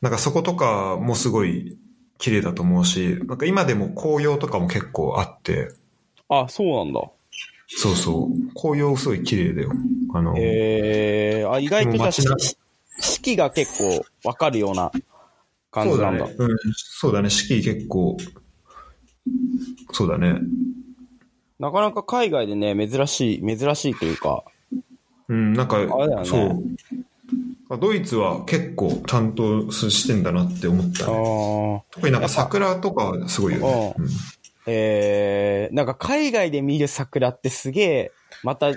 S1: なんかそことかもすごい綺麗だと思うし、なんか今でも紅葉とかも結構あって、
S2: あ、そうなんだ。
S1: そうそう、紅葉すごい綺麗だよ。あの、
S2: へえ。あ、意外とじゃあ
S1: 街な
S2: 四四季が結構わかるような感
S1: そ
S2: じ
S1: う
S2: な
S1: だ
S2: んだ。
S1: ね。うん、そうだね、四季結構、そうだね。
S2: なかなか海外でね、珍しい、珍しいというか、
S1: うん、なんか、
S2: れだよね
S1: そう。あドイツは結構ちゃんとしてんだなって思った、
S2: あ
S1: ね。
S2: ー
S1: 特になんか桜とかはすごいよね。
S2: う
S1: うん
S2: えー、なんか海外で見る桜ってすげえ、また、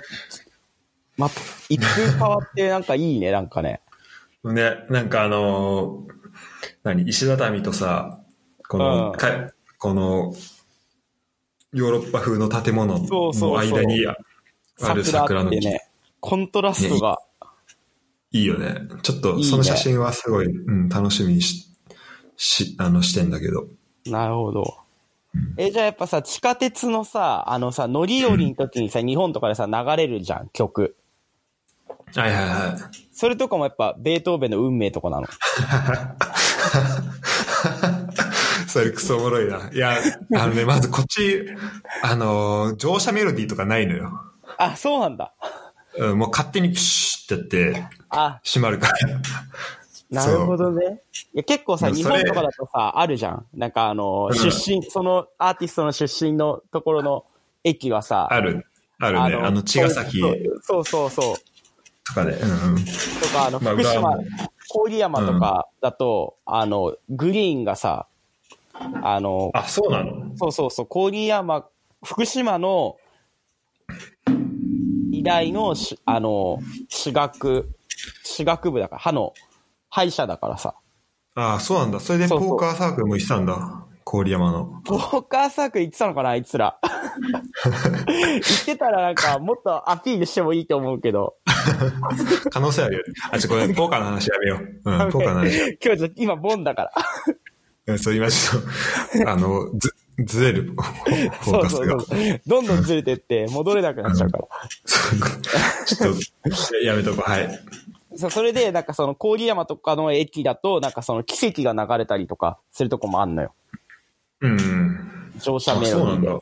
S2: ま、一風変わってなんかいいね、なんかね。
S1: ね、なんかあのー何、石畳とさ、この、
S2: うん
S1: かこの、ヨーロッパ風の建物
S2: そうそうそう
S1: の間にあ ある桜
S2: 桜っ
S1: の
S2: て
S1: 木、
S2: ね、コントラストが、
S1: いいよね。ちょっ
S2: いい
S1: と
S2: ね
S1: その写真はすごい、うん、楽しみにし、し、あの、してんだけど。
S2: なるほど。え、じゃあやっぱさ、地下鉄のさ、あのさ、乗り降りの時にさ、日本とかでさ、流れるじゃん、曲。
S1: はいはいはい。
S2: それとかもやっぱ、ベートーベンの運命とかなの。
S1: それクソおもろいな。いや、あのね、まずこっち、あのー乗車メロディーとかないのよ。
S2: あ、そうなんだ。
S1: うんもう勝手にプシュってやって
S2: あ、
S1: 閉まるから。
S2: なるほどね。いや結構さ、
S1: うん
S2: 日
S1: それ
S2: 本とかだとさ、あるじゃん。なんかあの、
S1: うん
S2: 出身、そのアーティストの出身のところの駅はさ、
S1: ある、あるね。あの、茅ヶ崎
S2: そう
S1: と
S2: そうそうそう。
S1: かで。うんうん。
S2: とか、あの、
S1: まあ
S2: 福
S1: 浦
S2: 島
S1: 和も、
S2: 郡山とかだと、あの、グリーンがさ、あの、
S1: あ、そうなの
S2: そうそうそう、郡山、福島の、医大のし、あの、私学、私学部だから、歯の、歯医者だからさ、
S1: あ、そうなんだ。それで
S2: そ
S1: ポ
S2: うそう
S1: ーカーサークルも行ってたんだ。郡山の。
S2: ポーカーサークル行ってたのかな、あい つら。行ってたらなんか、もっとアピールしてもいいと思うけど、
S1: 可能性あるよね。あ、ちょ、こ れ、ポーカーの話やめよう。うん、ポーカーの話。
S2: 今日ちょっと今、ボンだから。
S1: うんそう、今ちょっと、あの、ず、ずれる、フォ
S2: そ
S1: ー
S2: う
S1: カス
S2: そう
S1: が。
S2: そう。どんどんずれてって、戻れなくなっちゃうから。
S1: ちょっと、やめとこう。はい。
S2: そうそれで、なんかその、郡山とかの駅だと、なんかその、奇跡が流れたりとか、するとこもあんのよ。
S1: うん。
S2: 乗
S1: あ
S2: 車メ
S1: そう
S2: ロ
S1: な
S2: デ
S1: ん
S2: ィー
S1: だ
S2: で。。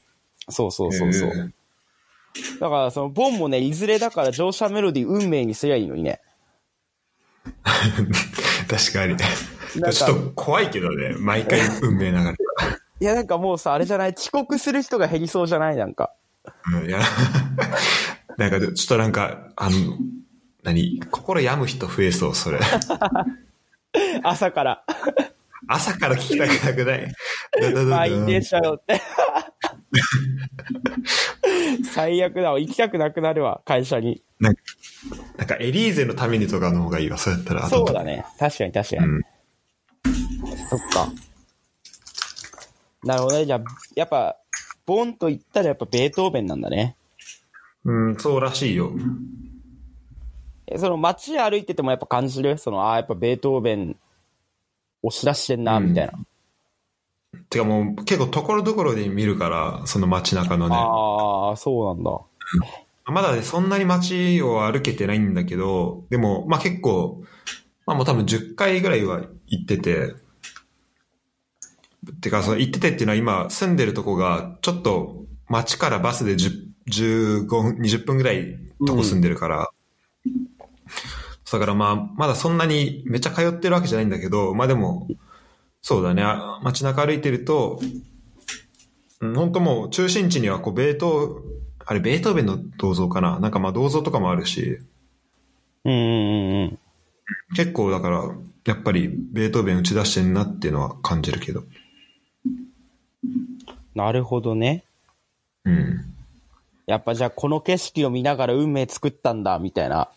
S2: そうそうそうそう。
S1: へえ
S2: だから、その、ボンもね、いずれだから乗車メロディー運命にすりゃいいのにね。
S1: 確かに。
S2: なんか
S1: ちょっと怖いけどね、毎回運命流れて。
S2: いや、なんかもうさ、あれじゃない遅刻する人が減りそうじゃないなんか。
S1: うん、いや、 なんか、ちょっとなんか、あの、何心病む人増えそう、それ。
S2: 朝から、
S1: 朝から聞きたくなくないダダダダ
S2: 満員電車よ って。最悪だわ。行きたくなくなるわ、会社に。
S1: なんかなんか、エリーゼのためにとかの方がいいわ、そうやったら。
S2: そう
S1: 後
S2: だね。確かに確か
S1: 々。う
S2: に。
S1: ん。
S2: そっか。なるほどね。じゃあ、やっぱ、ボンと言ったらやっぱベートーベンなんだね。
S1: うん、そうらしいよ。
S2: え、その街歩いててもやっぱ感じるその、ああ、やっぱベートーベン押し出してんな、みたいな。
S1: てかもう、結構ところどころで見るから、その街中のね。
S2: ああ、そうなんだ。
S1: まだね、そんなに街を歩けてないんだけど、でも、まあ結構、まあもう多分10回ぐらいは行ってて、てか、その行っててっていうのは今住んでるとこが、ちょっと街からバスで10 15分、20分ぐらいとこ住んでるから、だからまあ、まだそんなにめっちゃ通ってるわけじゃないんだけど、まあでも、そうだね、あ街中歩いてると、うん本当もう中心地にはこうベートー、あれベートーベンの銅像かななんかまあ銅像とかもあるし、
S2: うんうんうんうん。
S1: 結構だから、やっぱりベートーベン打ち出してんなっていうのは感じるけど。
S2: なるほどね。
S1: うん。
S2: やっぱじゃあこの景色を見ながら運命作ったんだ、みたいな。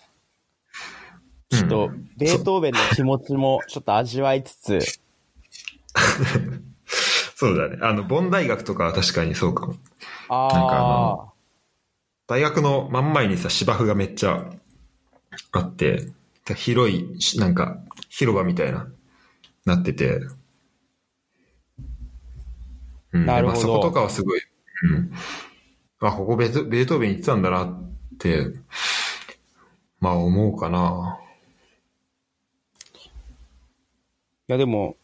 S2: ちょっと、ベートーベンの気持ちもちょっと味わいつ つ、
S1: そうだね。あの、ボン大学とかは確かにそうかも。なんかあ
S2: ああ、
S1: 大学の真ん前にさ、芝生がめっちゃあって、広いし、なんか、広場みたいな、なってて。うん、
S2: なるほど
S1: でまあ、そことかはすごい、うん。あ、ここベトベートーベン行ってたんだなって、まあ思うかな。
S2: や、でも、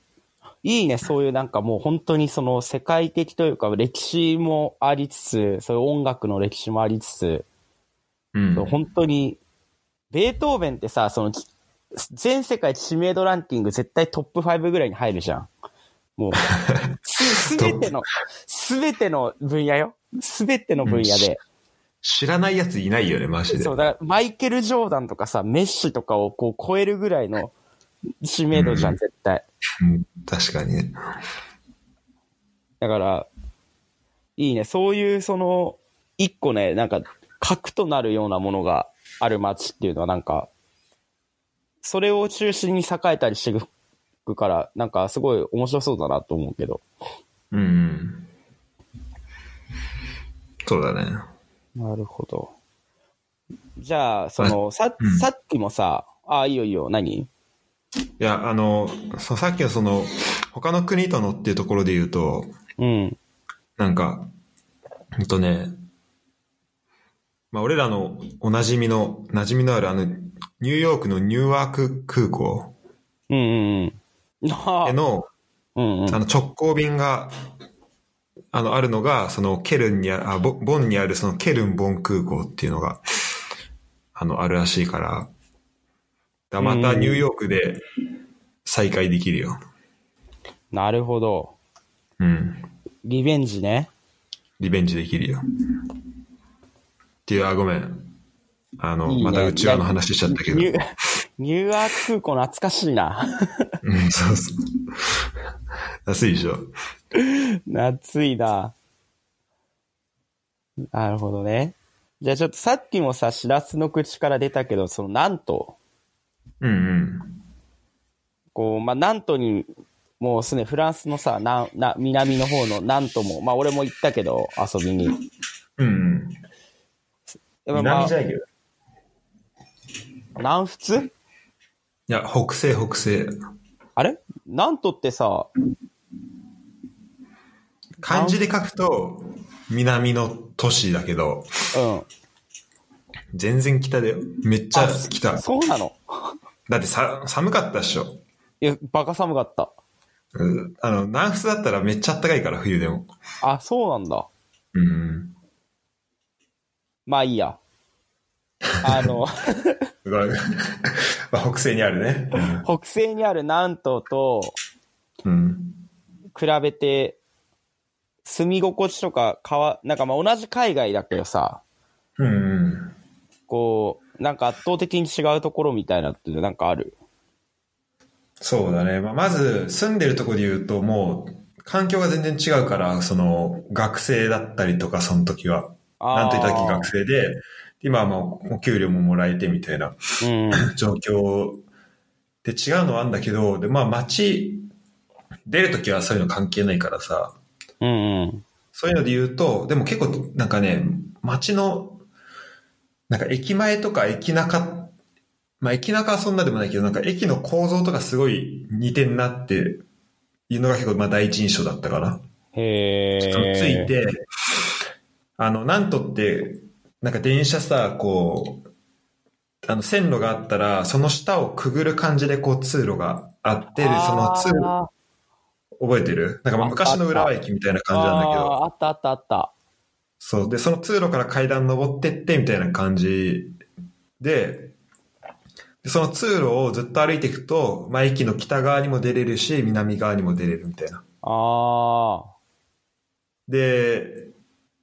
S2: いいね、そういうなんかもう本当にその世界的というか、歴史もありつつ、そういう音楽の歴史もありつつ、
S1: うん。
S2: そう本当に、ベートーベンってさ、その、き全世界知名度ランキング絶対トップ5ぐらいに入るじゃん。もう、 すべての、すべての分野よ。すべての分野で。
S1: 知らないやついないよね、マジで。
S2: そう、だからマイケル・ジョーダンとかさ、メッシとかをこう超えるぐらいの知名度じゃ
S1: うん
S2: ん、絶対。
S1: うん確かにね。
S2: だから、いいね。そういう、その、一個ね、なんか、核となるようなものがある街っていうのは、なんか、それを中心に栄えたりしていくから、なんか、すごい面白そうだなと思うけど。
S1: うんうん。そうだね。
S2: なるほど。じゃあ、その、さ
S1: うん、
S2: さっきもさ、ああ、いいよいいよ、何
S1: いや、あの、そさっきのその、他の国とのっていうところで言うと、
S2: うん。
S1: なんか、ほんとね、まあ、俺らのおなじみの、馴染みのあるあの、ニューヨークのニューワーク空港
S2: うんうん うん。あ
S1: へ
S2: あ、
S1: の、
S2: うんうん。
S1: あの直行便が、あの、あるのが、その、ケルンにあ、あボボンにあるそのケルンボン空港っていうのが、あの、あるらしいから、だまたニューヨークで再会できるよ。
S2: なるほど。
S1: うん。
S2: リベンジね。
S1: リベンジできるよ。っていう、あ、ごめん。あの、
S2: いいね
S1: また宇宙の話しちゃったけど。
S2: ニュー ニューアーク空港懐かしいな。
S1: うん、そうそう。安いでしょ。
S2: 夏いな。なるほどね。じゃあちょっとさっきもさ、しらすの口から出たけど、その、なんと、
S1: うんうん。
S2: こう、まあ、なんとに、もうすでにフランスのさ、な、な、南の方のなんとも、まあ、俺も行ったけど、遊びに。
S1: うんうん。
S2: やっぱまあ、
S1: いけど。い
S2: 南仏
S1: や、北西北西。
S2: あれなんとってさ、
S1: 漢字で書くと、南の都市だけど、
S2: うん。
S1: 全然北だよ。めっちゃ北。
S2: そうなの
S1: だってさ、寒かったっしょ。
S2: いや、バカ寒かった。
S1: うんあの、南仏だったらめっちゃ暖かいから、冬でも。
S2: あ、そうなんだ。
S1: うん。
S2: まあいいや。あの、
S1: すごいまあ北西にあるね。
S2: 北西にある南東と
S1: うん。
S2: 比べて、住み心地とか変わ、なんかまあ同じ海外だけどさ、
S1: うんうん。
S2: こう、なんか圧倒的に違うところみたいなってなんかある。
S1: そうだね。まあ、まず、住んでるとこで言うと、もう、環境が全然違うから、その、学生だったりとか、その時は。なんといった時学生で、今はもう、お給料ももらえてみたいな
S2: 生。うん。
S1: 状況で違うのはあるんだけど、で、まあ、街、出るときはそういうの関係ないからさ、
S2: うんうん。
S1: そういうので言うと、でも結構、なんかね、街の、なんか駅前とか駅中、まあ駅中はそんなでもないけど、なんか駅の構造とかすごい似てんなっていうのが結構、まあ第一印象だったかな。
S2: へえ。
S1: そのつい。て、あの、なんとって、なんか電車さ、こう、あの線路があったら、その下をくぐる感じでこう通路があって、でその通路、
S2: あ
S1: 覚えてるなんかまあ昔の浦和駅みたいな
S2: ー
S1: 感じなんだけど。
S2: あーあったあったあった。
S1: そう。で、その通路から階段登ってって、みたいな感じで、でその通路をずっと歩いていくと、まあ、駅の北側にも出れるし、南側にも出れるみたいな。
S2: あ
S1: で、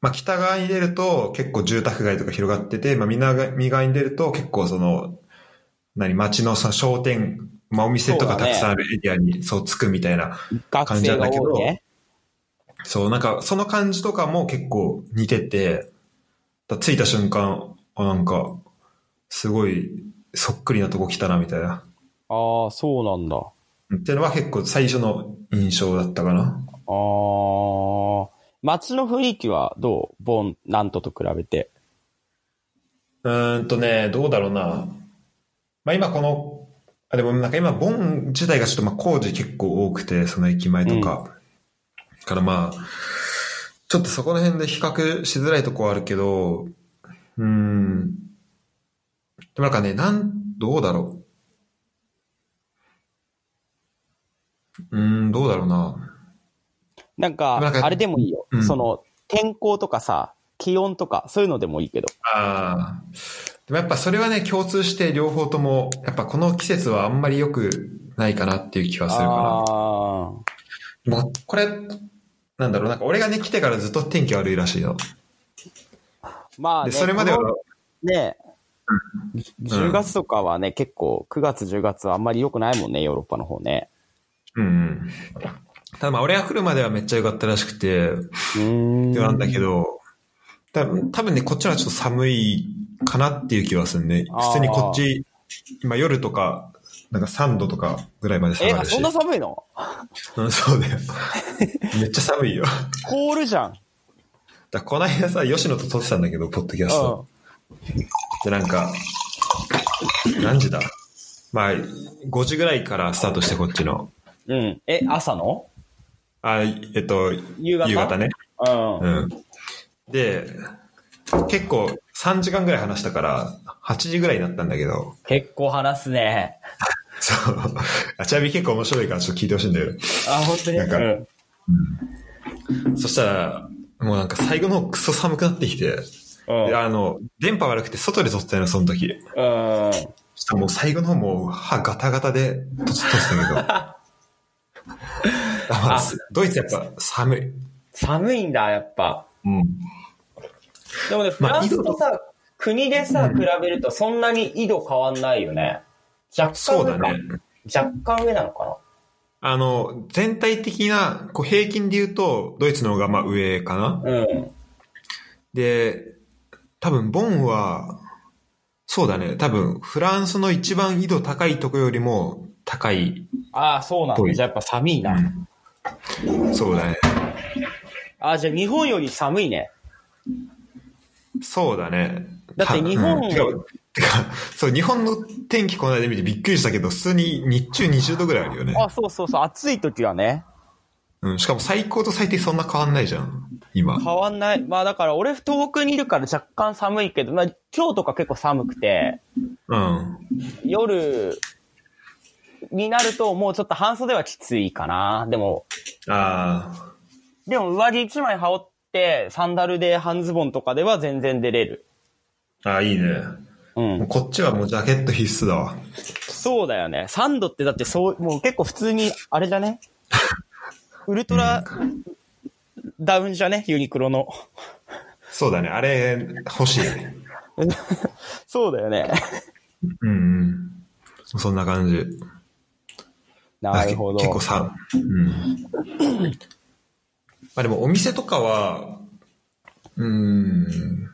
S1: まあ、北側に出ると結構住宅街とか広がってて、まあ、南側に出ると結構その、何、街のその商店、まあ、お店とかたくさんあるエリアにそうつくみたいな。
S2: あ。学生が多いね。
S1: そう、なんか、その感じとかも結構似てて、だ着いた瞬間、あ、なんか、すごい、そっくりなとこ来たな、みたいな。
S2: ああ、そうなんだ。
S1: っていうのは結構最初の印象だったかな。
S2: あー街の雰囲気はどうボン、なんとと比べて。
S1: うーんとね、どうだろうな。まあ今このあ、でもなんか今、ボン自体がちょっとまあ工事結構多くて、その駅前とか。からまあ、ちょっとそこら辺で比較しづらいとこはあるけど、うーん。でもなんかね、なん、どうだろう。うーん、どうだろうな。
S2: なんか、
S1: なんか
S2: あれでもいいよ。
S1: うん
S2: その、天候とかさ、気温とか、そういうのでもいいけど。
S1: ああ。でもやっぱそれはね、共通して両方とも、やっぱこの季節はあんまり良くないかなっていう気はするかな。
S2: あー
S1: もう、これ、なんだろう、なんか俺がね、来てからずっと天気悪いらしいの。
S2: まあ、
S1: で、
S2: ね、
S1: それまでは
S2: こ、のね、
S1: うん
S2: 10月とかはね、結構、9月、10月はあんまり良くないもんね、ヨーロッパの方ね。
S1: うんうん。ただまあ、俺が来るまではめっちゃ良かったらしくて、
S2: うーん。
S1: でなんだけど、た多分ね、こっちのはちょっと寒いかなっていう気はするね。
S2: あー
S1: 普通にこっち、今夜とか、なんか3度とかぐらいまで下
S2: え、
S1: が
S2: あ
S1: るし。
S2: そんな寒いの
S1: うん、そう だよ。めっちゃ寒いよ。だか
S2: 凍るじゃん。
S1: らこの間さ、吉野と撮ってたんだけど、ポッドキャスト。
S2: う
S1: で、なんか、何時だまあ、5時ぐらいからスタートして、こっちの。
S2: ん。うん。え、朝の
S1: あ、えっと、
S2: 夕方
S1: ね。
S2: うん。
S1: うん。で、結構3時間ぐらい話したから、8時ぐらいになったんだけど、
S2: 結構話すね。
S1: そう。あちなみに結構面白いからちょっと聞いてほしいんだけ
S2: あ、本当に。
S1: なんか
S2: うん
S1: ど。そしたら、もうなんか最後の方クソ寒くなってきて、
S2: うん
S1: であの、電波悪くて外で撮ってたの、その時。
S2: うん。
S1: そしたらもう最後の方もう歯ガタガタでとつとつだけ ど。あまあ
S2: あ
S1: ドイツやっぱ寒い。
S2: 寒いんだ、やっぱ。
S1: うん。
S2: でもね、フ
S1: まあ
S2: ランスとさ、国でさ、比べるとそんなに緯度変わんないよね。若干
S1: そう
S2: 上
S1: だ
S2: か、
S1: ね。
S2: 若干上なのか
S1: あの、全体的な、こう平均で言うと、ドイツの方がまあ上かな。
S2: なうん。
S1: で、多分ボンは、そうだね、多分フランスの一番緯度高いとこよりも高い。
S2: ああ、そうなん
S1: ぽ
S2: だ。
S1: い
S2: じゃあやっぱ寒いな。
S1: うんそうだね。
S2: ああ、じゃあ日本より寒いね。
S1: そうだね。
S2: だって日本
S1: たうんてかてかそう、日本の天気この間見てびっくりしたけど、普通に日中20度ぐらいあるよね。
S2: あそうそうそう、暑い時はね、
S1: うん、しかも最高と最低そんな変わんないじゃん、今。
S2: 変わんない。まあだから俺東北にいるから若干寒いけど、まあ今日とか結構寒くて、
S1: うん。
S2: 夜になるともうちょっと半袖はきついかな。でも、
S1: あ
S2: でも上着一枚羽織って、サンダルで半ズボンとかでは全然出れる。
S1: ーあー、いいね。
S2: う。
S1: もうんこっちはもうジャケット必須だわ。
S2: そうだよね。サンドってだってそう、もう結構普通に、あれじゃねウルトラダウンじゃねユニクロの。
S1: そうだね、あれ欲しいね。
S2: そうだよね。
S1: うんうん。そんな感じ。
S2: なるほど。
S1: 結構さ、うん。まあでもお店とかは、うーん、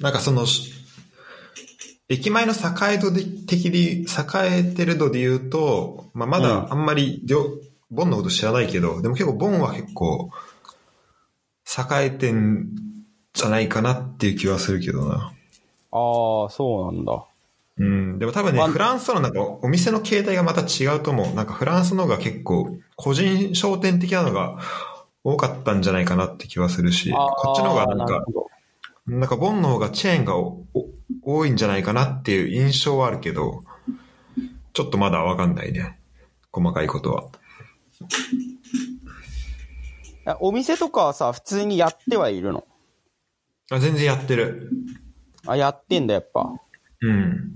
S1: なんかその、し駅前の栄え度で的に、栄えてる度で言うと、まあま
S2: う
S1: だ
S2: ん
S1: あんまりりょ、ボンのこと知らないけど、でも結構ボンは結構、栄えてんじゃないかなっていう気はするけどな。
S2: ああ、そうなんだ。
S1: うん、でも多分ね、
S2: まあ
S1: フランスとのなんかお店の形態がまた違うと思う。なんかフランスの方が結構個人商店的なのが多かったんじゃないかなって気はするし、
S2: あー
S1: こっちの方がなん
S2: る
S1: か、
S2: ほど
S1: なんかボンの方がチェーンがおお多いんじゃないかなっていう印象はあるけど、ちょっとまだわかんないね。細かいことは。
S2: あお店とかはさ、普通にやってはいるの。
S1: あ全然やってる。
S2: あ、やってんだ、やっぱ。
S1: うん。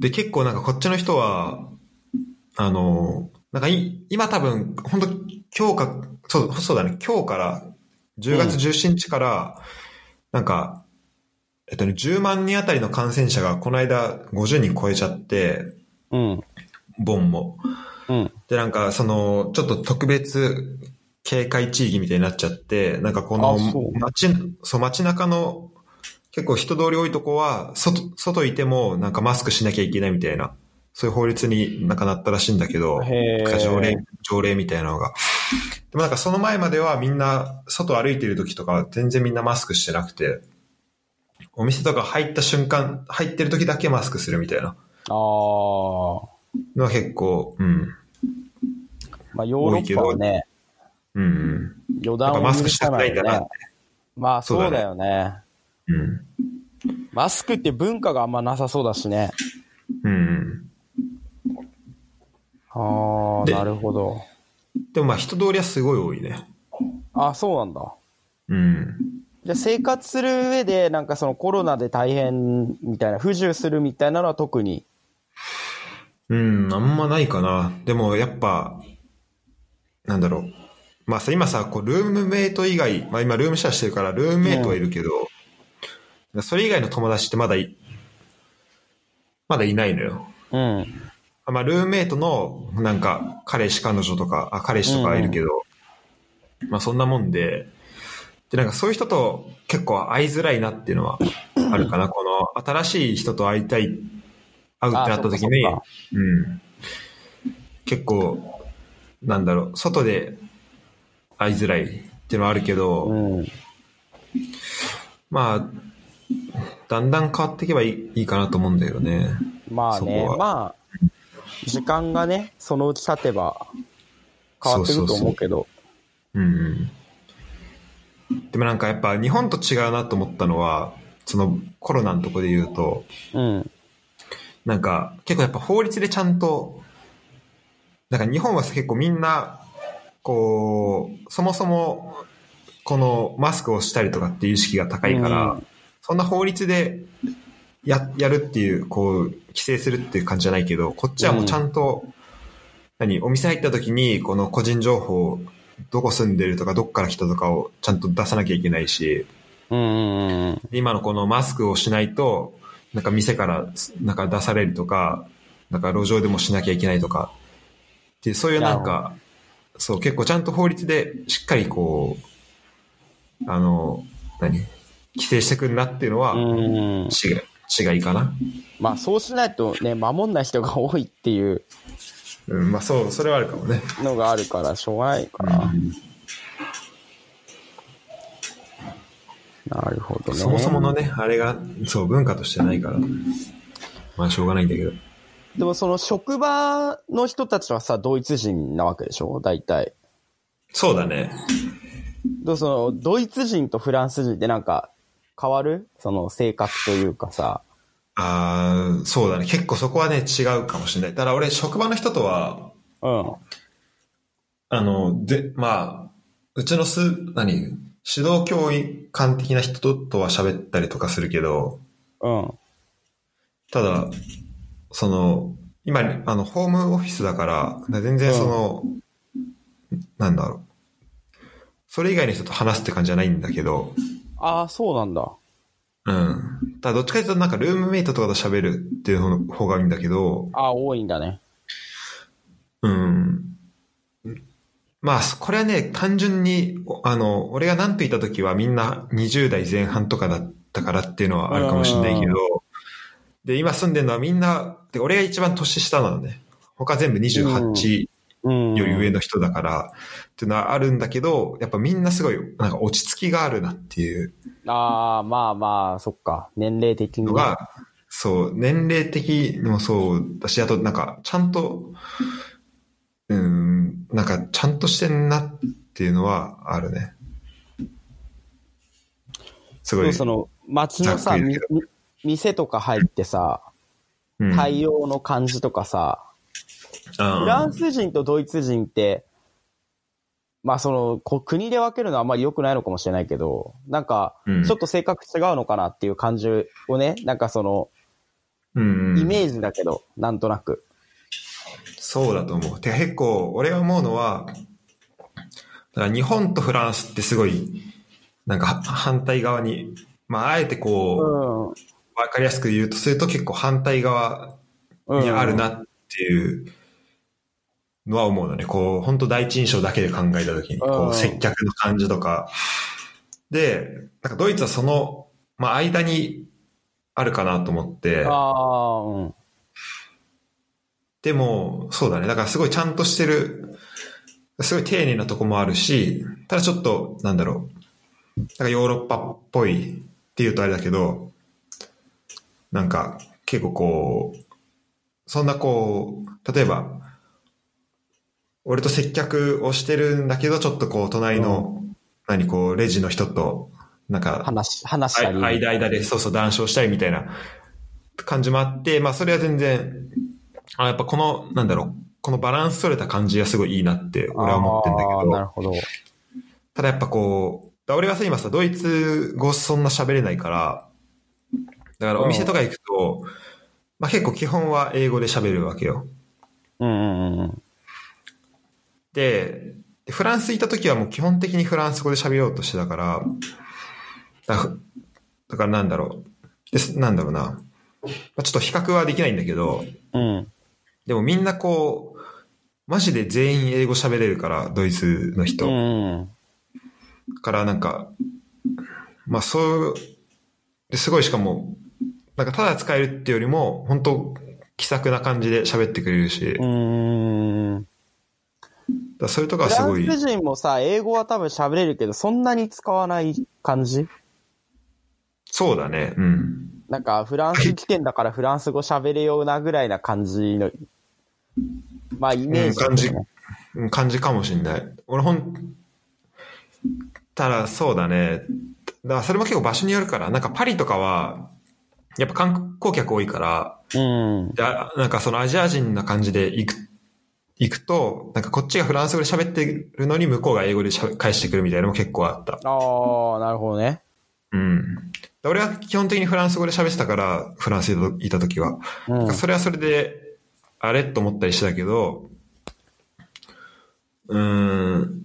S1: で、結構なんかこっちの人は、あの、なんかい今多分、本当今日か、そう、そうだね、今日から、10月17日から、なんか、えっとね、10万人あたりの感染者がこの間50人超えちゃって、
S2: うん。
S1: ボンも。
S2: うん。
S1: で、なんか、その、ちょっと特別警戒地域みたいになっちゃって、なんかこ
S2: あ
S1: の
S2: そう
S1: 街、そう、街中の結構人通り多いとこは、外、外いてもなんかマスクしなきゃいけないみたいな、そういう法律になんかなったらしいんだけど、
S2: へー
S1: なんか条例、条例みたいなのが。でもなんかその前まではみんな、外歩いてる時とかは全然みんなマスクしてなくて、お店とか入った瞬間、入ってる時だけマスクするみたいな
S2: ああ。
S1: のは結構、うん。
S2: まあ、ヨーロッパはね、
S1: うん、うん。
S2: 予
S1: やっ
S2: 断
S1: ぱ
S2: を
S1: マス
S2: 許
S1: クし
S2: さ
S1: たく
S2: な
S1: ない
S2: い
S1: ん
S2: よ
S1: だなって
S2: ね。。まあ、そうだよね。
S1: うん。
S2: マスクって文化があんまなさそうだしね。
S1: うん。
S2: ああ、
S1: で
S2: なるほど。
S1: でもまあ人通りはすごい多いね。
S2: あそうなんだ。
S1: うん。
S2: じゃあ生活する上で、なんかそのコロナで大変みたいな、不自由するみたいなのは特に。
S1: うん、あんまないかな。でもやっぱ、なんだろう。まあさ、今さ、こう、ルームメイト以外、まあ今ルームシェアしてるから、ルームメイトはいるけど、それ以外の友達ってまだい、まだいないのよ。
S2: うん。
S1: まあ、ルームメイトの、なんか、彼氏、彼女とか、あ、彼氏とかいるけど、まあそんなもんで、で、なんかそういう人と結構会いづらいなっていうのはあるか な。この、新しい人と会いたい、会うってなった時に、
S2: あそっか
S1: うん。結構、なんだろう、外で会いづらいっていうのはあるけど、
S2: うん。
S1: まあ、だんだん変わっていけばいいいいかなと思うんだけどね。
S2: まあ
S1: そ
S2: ね
S1: こ、は
S2: まあ、時間がね、そのうち経てば変わってくると思うけど。
S1: うんうん。でもなんかやっぱ日本と違うなと思ったのは、そのコロナのとこで言うと、
S2: うん。
S1: なんか結構やっぱ法律でちゃんと、なんか日本は結構みんな、こう、そもそもこのマスクをしたりとかっていう意識が高いから、
S2: う
S1: そんな法律でややるっていう、こう、規制するっていう感じじゃないけど、こっちはもうちゃんと、何、お店入った時にこの個人情報、どこ住んでるとかどっから来たとかをちゃんと出さなきゃいけないし、
S2: うんうんうん
S1: で今のこのマスクをしないと、なんか店からすなんか出されるとか、なんか路上でもしなきゃいけないとか、でそういうなん
S2: な
S1: か、そう、結構ちゃんと法律でしっかりこう、あの、何規制してくんなっていうのは、
S2: うん。うんうん。
S1: 違い違いかな。
S2: まあ、そうしないとね、守んない人が多いっていう
S1: うん、まあそう、それはあるかもね。
S2: のがあるから、しょうがないかな。なるほどね。
S1: そもそものね、あれが、そう、文化としてないから、まあしょうがないんだけど。
S2: でもその職場の人たちはさ、ドイツ人なわけでしょ大体。
S1: そうだね。
S2: どうその、ドイツ人とフランス人ってなんか変わるその性格というかさ。
S1: ああ、そうだね。結構そこはね、違うかもしれない。ただ俺、職場の人とは、
S2: うん。
S1: あの、で、まあ、うちのす、何指導教員官的な人ととは喋ったりとかするけど、
S2: うん。
S1: ただ、その、今、あの、ホームオフィスだから、全然その、なんだろう。それ以外の人と話すって感じじゃないんだけど、
S2: ああ、そうなんだ。
S1: うん。ただ、どっちかというと、なんか、ルームメイトとかと喋るっていう方の方がいいんだけど、
S2: ああ、多いんだね。
S1: うん。まあ、これはね、単純に、おあの、俺が何と言った時はみんな20代前半とかだったからっていうのはあるかもしれないけど、で、今住んでるのはみんな、で、俺が一番年下なのね。他全部28
S2: うん。
S1: より上の人だから、っていうのはあるんだけど、やっぱみんなすごい、なんか落ち着きがあるなっていう
S2: ああ、まあまあ、そっか。年齢的にね。
S1: のが、そう、年齢的にもそうだし、あとなんか、ちゃんと、うん、なんか、ちゃんとしてんなっていうのはあるね。すご
S2: そ
S1: い。
S2: うその、街のさ、
S1: ざっくり
S2: み
S1: だけ
S2: み店とか入ってさ、
S1: うん、
S2: 対応の感じとかさ、フラ
S1: あ
S2: ンス人とドイツ人って、まあその、こう国で分けるのはあんまり良くないのかもしれないけど、なんか、
S1: うん
S2: ちょっと性格違うのかなっていう感じをね、なんかその、
S1: うん、
S2: イメージだけど、なんとなく。
S1: そうだと思う。てか結構、俺が思うのは、だから日本とフランスってすごい、なんかは反対側に、まあ、あえてこう、
S2: うん。う
S1: わかりやすく言うとすると結構反対側
S2: ん
S1: にある。なっていうのは思うのね。こう、本当第一印象だけで考えたときに、
S2: う
S1: こ
S2: ん
S1: う、接客の感じとか。で、なんかドイツはその、まあ、間にあるかなと思って、
S2: ああ、うん。
S1: でも、そうだね。だからすごいちゃんとしてる、すごい丁寧なとこもあるし、ただちょっと、なんだろう。なんかヨーロッパっぽいっていうとあれだけど、なんか結構こう、そんなこう、例えば、俺と接客をしてるんだけど、ちょっとこう、隣の、何こう、レジの人と、なんか、
S2: 話、話した
S1: あい
S2: り。
S1: 間間で、そうそう、談笑したりみたいな感じもあって、まあ、それは全然、あ、やっぱこの、なんだろう、このバランス取れた感じがすごいいいなって、俺は思ってんだ
S2: あ
S1: け
S2: ー
S1: ど
S2: な、るほど。
S1: ただやっぱこう、だ俺がさ、今さ、ドイツ語そんな喋れないから、だからお店とか行くと、まあ結構基本は英語で喋るわけよ。
S2: うんうんうんうん。
S1: で、でフランス行った時はもう基本的にフランス語で喋ろうとしてたから、だからだからなんだろう。ですなんだろうな。まあ、ちょっと比較はできないんだけど、
S2: うん。
S1: でもみんなこう、マジで全員英語喋れるから、ドイツの人。
S2: うんうん。
S1: からなんか、まあそう、ですごいしかも、なんかただ使えるってよりも、本当気さくな感じで喋ってくれるし、
S2: う
S1: だか
S2: ーん。
S1: らそれとか
S2: フ
S1: はす
S2: ラ
S1: ご
S2: ン
S1: い
S2: ス、人もさ、英語は多分喋れるけど、そんなに使わない感じ
S1: そうだね、うん。
S2: なんか、フランス来てんだからフランス語喋れようなぐらいな感じの、まあ、イメージ、ね。
S1: うん感じうん感じかもしんない。俺ほん、ただそうだね。だからそれも結構場所によるから、なんかパリとかは、やっぱ観光客多いから、
S2: うん。
S1: であなんかそのアジア人な感じで行く、行くと、なんかこっちがフランス語で喋ってるのに向こうが英語でしゃ返してくるみたいなのも結構あった。
S2: ああ、なるほどね。
S1: うん。で俺は基本的にフランス語で喋ってたから、フランスにいた時は。
S2: う
S1: なん
S2: ん
S1: か。それはそれで、あれと思ったりしてたけど、うーん。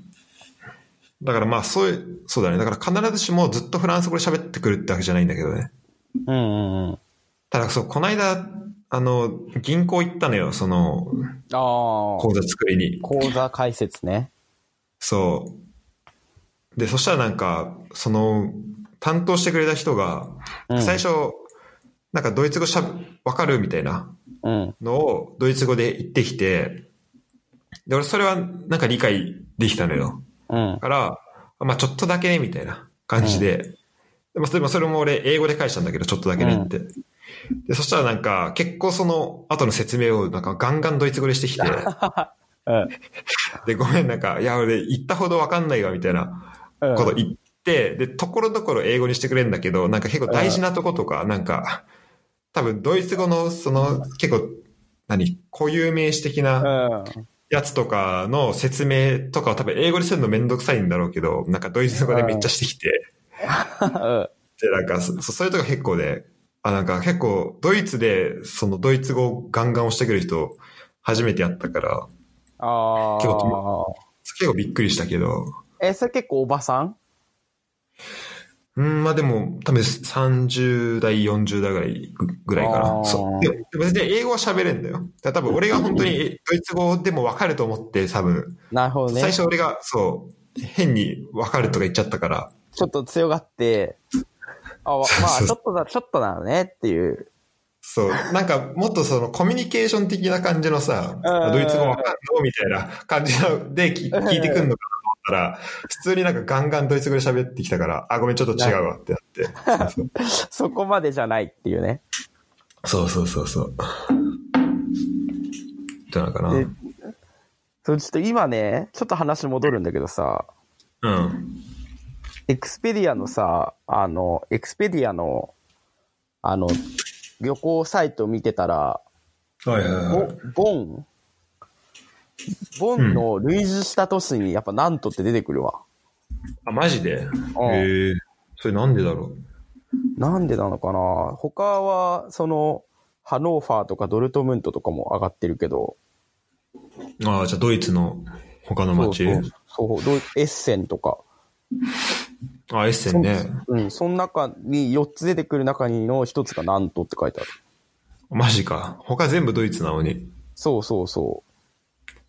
S1: だからまあそういう、そうだね。だから必ずしもずっとフランス語で喋ってくるってわけじゃないんだけどね。
S2: うんうんうん。
S1: ただそう、こないだ、あの、銀行行ったのよ、その、
S2: ああ
S1: 口、座作りに。
S2: 講座解説ね。
S1: そう。で、そしたらなんか、その、担当してくれた人が、
S2: うん
S1: 最初、なんかドイツ語しゃべ、わかるみたいな
S2: うん。
S1: のをドイツ語で言ってきて、で、俺それはなんか理解できたのよ。
S2: うん
S1: だ。から、まあちょっとだけね、みたいな感じで、でもそれもそれも俺英語で返したんだけど、ちょっとだけねって。で、そしたらなんか、結構その後の説明をなんかガンガンドイツ語でしてきて、
S2: うん。
S1: で、ごめん、なんか、いや、俺、言ったほどわかんないわ、みたいな
S2: うん
S1: こと言って、で、ところどころ英語にしてくれるんだけど、なんか結構大事なとことか、なんか、多分、ドイツ語の、その、結構、何、固有名詞的な
S2: う
S1: やつとかの説明とかを多分、英語でするのめんどくさいんだろうけど、なんか、ドイツ語でめっちゃしてきて、
S2: ん。うん。
S1: で、なんか、そそういうとこ結構で、あ、なんか、結構、ドイツで、その、ドイツ語をガンガン押してくる人、初めてやったから、
S2: あ
S1: 京
S2: あ。
S1: 結構びっくりしたけど、
S2: え、それ結構おばさん
S1: うん、まあでも、多分30代、40代ぐらいぐらいか
S2: あー
S1: な。そう。でも、でも全然英語は喋れんだよ。だから多分俺が本当にえドイツ語でも分かると思って、多分、
S2: なるほどね。
S1: 最初俺が、そう、変に分かるとか言っちゃったから、
S2: ちょっと強がって、あ、わまあ、ちょっとだ、ちょっとなのねっていう。
S1: そう、なんかもっとそのコミュニケーション的な感じのさ、
S2: うん
S1: ドイツ語分かんのみたいな感じので聞聞いてくんのかなと思ったら、普通になんかガンガンドイツ語で喋ってきたから、あ、ごめん、ちょっと違うわってな って。そう
S2: そこまでじゃないっていうね。
S1: そうそうそうそう。じゃないかな。
S2: でそう、ちょっと今ね、ちょっと話戻るんだけどさ、
S1: うん。
S2: エクスペディアのさ、あの、エクスペディアの、あの、旅行サイト見てたら、
S1: はいはいは
S2: ボ
S1: い。
S2: ボン、ボンの類似した都市にやっぱなんとって出てくるわ。
S1: あ、マジでへえ。それなんでだろ
S2: なんでなのかな他は、その、ハノーファーとかドルトムントとかも上がってるけど、
S1: う。ああ、じゃあドイツの他の
S2: そう
S1: 町。
S2: そうそうドイエッセンとか。
S1: あ、エッセンね。
S2: うん、その中に4つ出てくる中にの1つがなんとって書いてある。
S1: マジか。他全部ドイツなのに。
S2: そうそうそ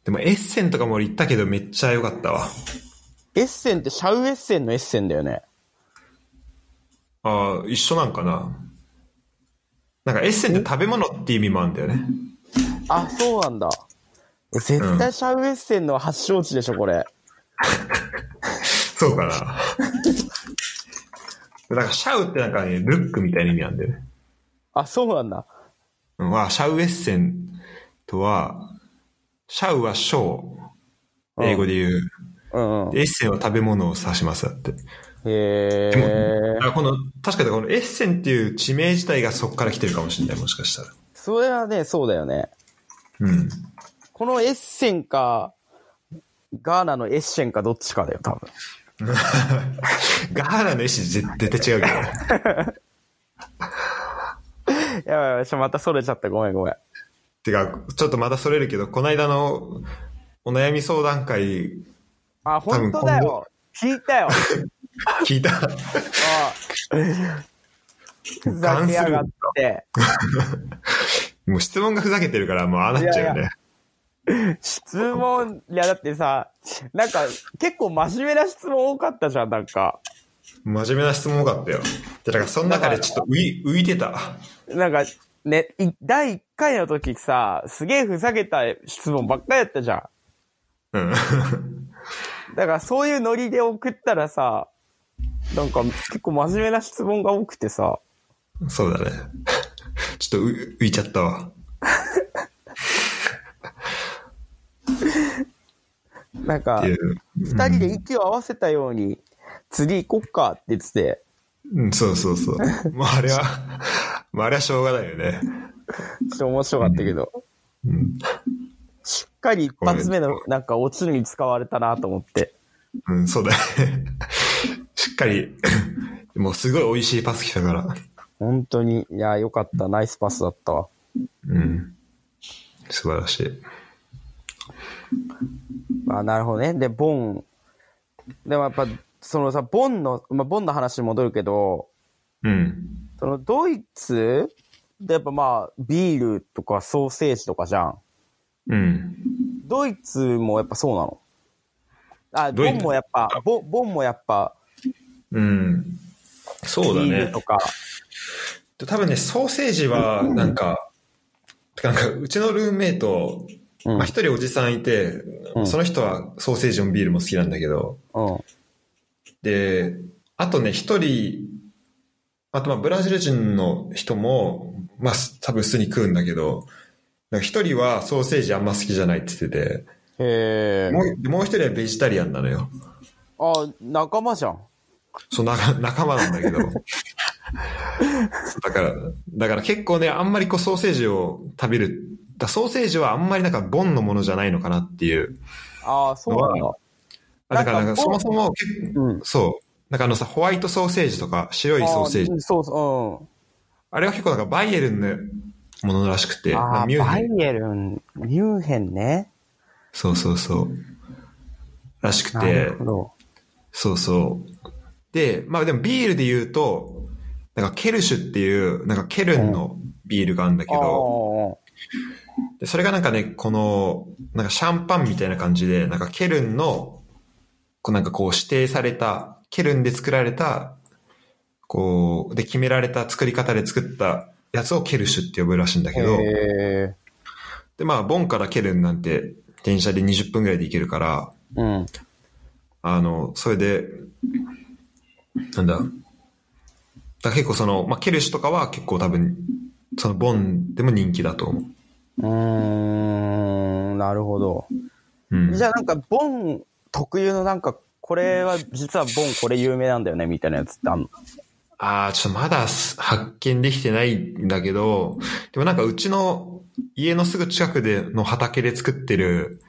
S1: でもエッセンとかも俺行ったけどめっちゃ良かったわ。
S2: う。エッセンってシャウエッセンのエッセンだよね。
S1: ああ、一緒なんかな。なんかエッセンって食べ物って意味もあるんだよね。
S2: あ、そうなんだ。絶対シャウエッセンの発祥地でしょ、これ。
S1: そうかな。 なんかシャウってなんかね、ルックみたいな意味なんだよね。
S2: あ、そうなんだ。
S1: うん、わあ、シャウエッセン。とは、シャウはショウ。英語で言う。
S2: うんうん。
S1: エッセンは食べ物を指しますだって。
S2: へ
S1: でも
S2: え。
S1: あこの、確かにこのエッセンっていう地名自体がそこから来てるかもしれない、もしかしたら。
S2: それはね、そうだよね。
S1: うん。
S2: このエッセンか、ガーナのエッシェンかどっちかだよ、多分。
S1: ガーナのエッセン絶絶対違うけどね。
S2: やばいやばい、ちょまたそれちゃった。ごめんごめん。
S1: てか、ちょっとまたそれるけど、この間のお悩み相談会
S2: あ、本当だよ。聞いたよ。
S1: 聞いた。
S2: おいふざけやがって。
S1: もう質問がふざけてるから、もうああなっちゃうよ
S2: いやい
S1: ね。
S2: 質問、いやだってさ、なんか結構真面目な質問多かったじゃん、なんか。
S1: 真面目な質問多かったよ。で、だからその中でちょっと浮い浮いてた。
S2: なんかね、い第1回の時さ、すげえふざけた質問ばっかりやったじゃん。
S1: うん。
S2: だからそういうノリで送ったらさ、なんか結構真面目な質問が多くてさ、
S1: そうだね。 ちょっと浮浮いちゃったわ。
S2: なんか
S1: っていう。
S2: 二人で息を合わせたように、次行こっかって言ってて、
S1: うん、そうそう そう。もうあれは、もうあれはしょうがないよね。
S2: ちょっと面白かったけど、
S1: うん。
S2: しっかり一発目のなんか落ちるに使われたなと思って。
S1: うん、そうだね。 しっかり、 もうすごい美味しいパス来たから。
S2: 本当に、いや、よかった。ナイスパスだったわ。
S1: うん。素晴らしい。
S2: あ、なるほどね。で、ボン。でもやっぱ、そのさ、ボンの、まあ、ボンの話に戻るけど、
S1: うん。
S2: そのドイツでやっぱまあ、ビールとかソーセージとかじゃん。
S1: うん。
S2: ドイツもやっぱそうなの。あ、
S1: ドイ
S2: ボ
S1: ツ
S2: ンもやっぱ、ボボンもやっぱ、
S1: うん。そ
S2: ビ
S1: うだ
S2: ー
S1: ね
S2: ルと。か。
S1: 多分ね、ソーセージは、なんか、てかなんか、うちのルームメイト、
S2: うん
S1: まあ一人おじさんいて、
S2: うん
S1: その人はソーセージもビールも好きなんだけど、
S2: うん。
S1: で、あとね、一人、あとまあブラジル人の人も、まあす多分普通に食うんだけど、なんか一人はソーセージあんま好きじゃないって言って
S2: へ
S1: て、
S2: え。
S1: もうもう一人はベジタリアンなのよ。
S2: あ、仲間じゃん。
S1: そう、なか仲間なんだけど。そうだから、だから結構ね、あんまりこうソーセージを食べる。だソーセージはあんまりなんかボンのものじゃないのかなっていう。
S2: あそうなんだ。
S1: あだから
S2: な
S1: なんん
S2: か
S1: かそもそも、
S2: うん。
S1: そう。なんかあのさ、ホワイトソーセージとか白いソーセージ
S2: あ。うんそうそう、
S1: あれは結構なんかバイエルンのものらしく
S2: う
S1: て、
S2: ん。あ
S1: まあ
S2: あ、
S1: ミュン
S2: バ
S1: ヘン。
S2: イエルン、ミュンヘンね。
S1: そうそうそう。らしく
S2: な
S1: て
S2: る、ほど。
S1: そうそう。で、まあでもビールで言うと、なんかケルシュっていう、なんかケルンのビールがあるんだけど、
S2: ああ。
S1: で、それがなんかね、この、なんかシャンパンみたいな感じで、なんかケルンの、こうなんかこう指定された、ケルンで作られた、こう、で決められた作り方で作ったやつをケルシュって呼ぶらしいんだけど、
S2: へ
S1: で、まあ、ボンからケルンなんて電車で20分ぐらいで行けるから、
S2: ーうん。
S1: あの、それで、なんだ、だから結構その、まあ、ケルシュとかは結構多分、そのボンでも人気だと思う。
S2: うーん、なるほど。
S1: うん。
S2: じゃあなんか、ボン特有のなんか、これは、実はボンこれ有名なんだよね、みたいなやつってあんの
S1: ああ、ちょっとまだす発見できてないんだけど、でもなんかうちの家のすぐ近くでの畑で作ってる、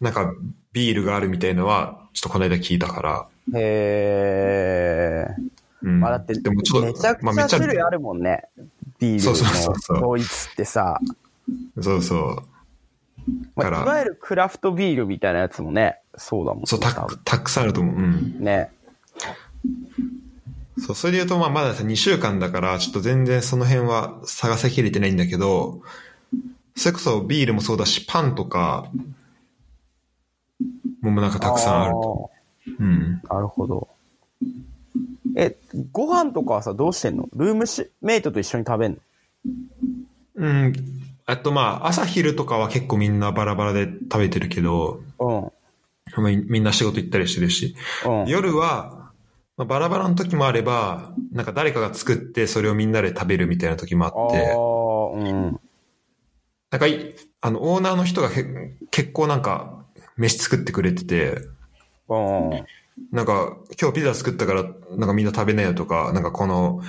S1: なんかビールがあるみたいのは、ちょっとこの間聞いたから。
S2: うん。へー。
S1: うん。
S2: まあだって、
S1: でもちょっと、
S2: めちゃ
S1: ま
S2: くちゃ種類あるもんね。ビール
S1: そ
S2: の
S1: うそうそうそう
S2: ドイツってさ、
S1: そうそう。
S2: ま
S1: だから
S2: あ、いわゆるクラフトビールみたいなやつもね、そうだもんね。
S1: そう、
S2: 多
S1: た
S2: 分、
S1: たくさんあると思う。うん。
S2: ね。
S1: そう、それで言うと、まあまださ、2週間だから、ちょっと全然その辺は探せきれてないんだけど、それこそビールもそうだし、パンとか、もうなんかたくさんあると。
S2: と。
S1: うん。
S2: なるほど。え、ご飯とかはさ、どうしてんのルームシメイトと一緒に食べんの
S1: うん。あとまあ、朝昼とかは結構みんなバラバラで食べてるけど、
S2: うん。
S1: まあみんな仕事行ったりしてるし、
S2: うん。
S1: 夜は、まあ、バラバラの時もあれば、なんか誰かが作ってそれをみんなで食べるみたいな時もあ
S2: あ
S1: って、
S2: あ、うん。
S1: なんかい、あの、オーナーの人がけ結構なんか、飯作ってくれてて、
S2: ああ。
S1: なんか、今日ピザ作ったから、なんかみんな食べなよとか、なんかこの、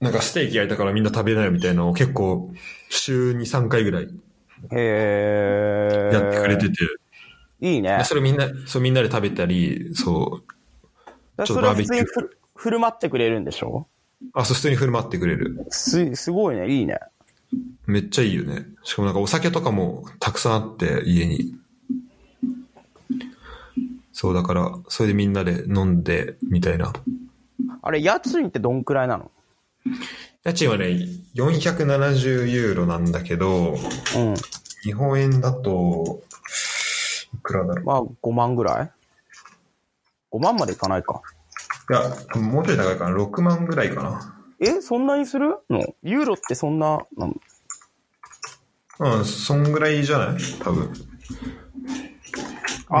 S1: なんかステーキ焼いたからみんな食べなよみたいなのを結構、週2、3回ぐらい
S2: へえ。
S1: やってくれてて、
S2: いいね。
S1: それみんな、そうみんなで食べたり、そう、
S2: だから
S1: ちょっ
S2: そ
S1: と
S2: れ
S1: バー
S2: 普
S1: ベキュ
S2: 通
S1: ー
S2: にふ振る舞ってくれるんでしょ
S1: あ、そう普通に振る舞ってくれる。
S2: す、すごいね。いいね。
S1: めっちゃいいよね。しかもなんかお酒とかもたくさんあって、家に。そう、だから、それでみんなで飲んで、みたいな。
S2: あれ、家賃ってどんくらいなの
S1: 家賃はね、470ユーロなんだけど、
S2: うん。
S1: 日本円だと、いくらだろ
S2: まあ、5万ぐらい ?5 万までいかないか。
S1: う。いや、多分もうちょい高いかな。6万ぐらいか
S2: え、そんなにするのユーロってそんな、なん
S1: な。うん、そんぐらいじゃない多分。
S2: あ、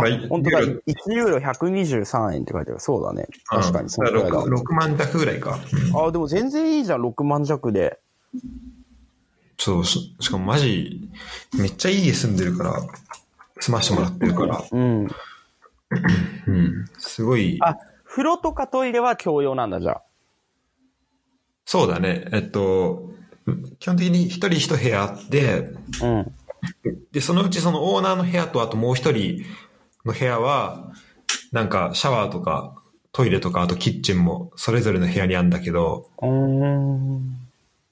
S1: まあ
S2: 本当だ。
S1: ユーロ
S2: 1ユーロ123円って書いてある。そうだね。確かに、その
S1: う
S2: くらい
S1: んだから6。
S2: だ。
S1: 6万弱ぐらいか。うん
S2: あ、でも全然いいじゃん。6万弱で。
S1: そう、ししかもマジ、めっちゃいい家住んでるから、住ましてもらってるから、
S2: うん。
S1: うん、すごい、
S2: あ、風呂とかトイレは共用なんだ、じゃあ。
S1: そうだね、えっと、基本的に一人一部屋あって、
S2: うん。
S1: で、そのうちそのオーナーの部屋と、あともう一人の部屋は、なんかシャワーとか、トイレとか、あとキッチンもそれぞれの部屋にあるんだけど、
S2: うーん。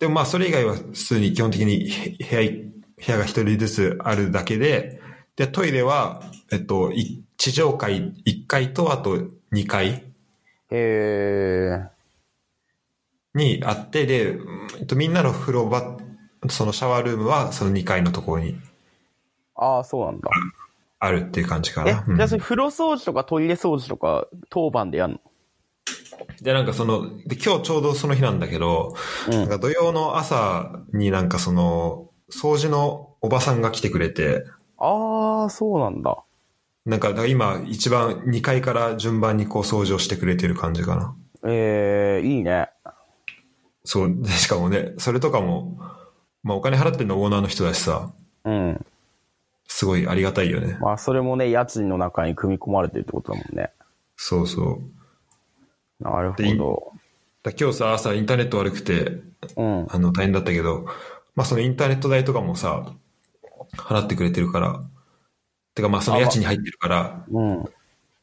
S1: でもまあそれ以外は普通に基本的に部屋、部屋が一人ずつあるだけで、で、トイレは、えっと、い地上階1階とあと2階
S2: へえ。
S1: にあって、で、うんえっと、みんなの風呂場、そのシャワールームはその2階のところに
S2: ああ、そうなんだ。
S1: あるっていう感じか
S2: え
S1: な。う、ん
S2: じゃあそれ風呂掃除とかトイレ掃除とか当番でやんの
S1: で、なんかその、で今日ちょうどその日なんだけど、
S2: うん
S1: なんか土曜の朝になんかその、掃除のおばさんが来てくれて、
S2: ああ、そうなんだ。
S1: なんかだから今一番2階から順番にこう掃除をしてくれてる感じかな。
S2: ええいいね。
S1: そう、でしかもね、それとかも、まあお金払ってんのオーナーの人だしさ、
S2: うん。
S1: すごいありがたいよね。
S2: まあ、それもね、家賃の中に組み込まれてるってことだもんね。
S1: そうそう。
S2: なる
S1: でい
S2: ほ
S1: だ今日さ、朝インターネット悪くて、
S2: ど。うん。
S1: あの大変だったけど、まあそのインターネット代とかもさ、払ってくれてるから、てかまあその家賃に入ってるから、
S2: うん。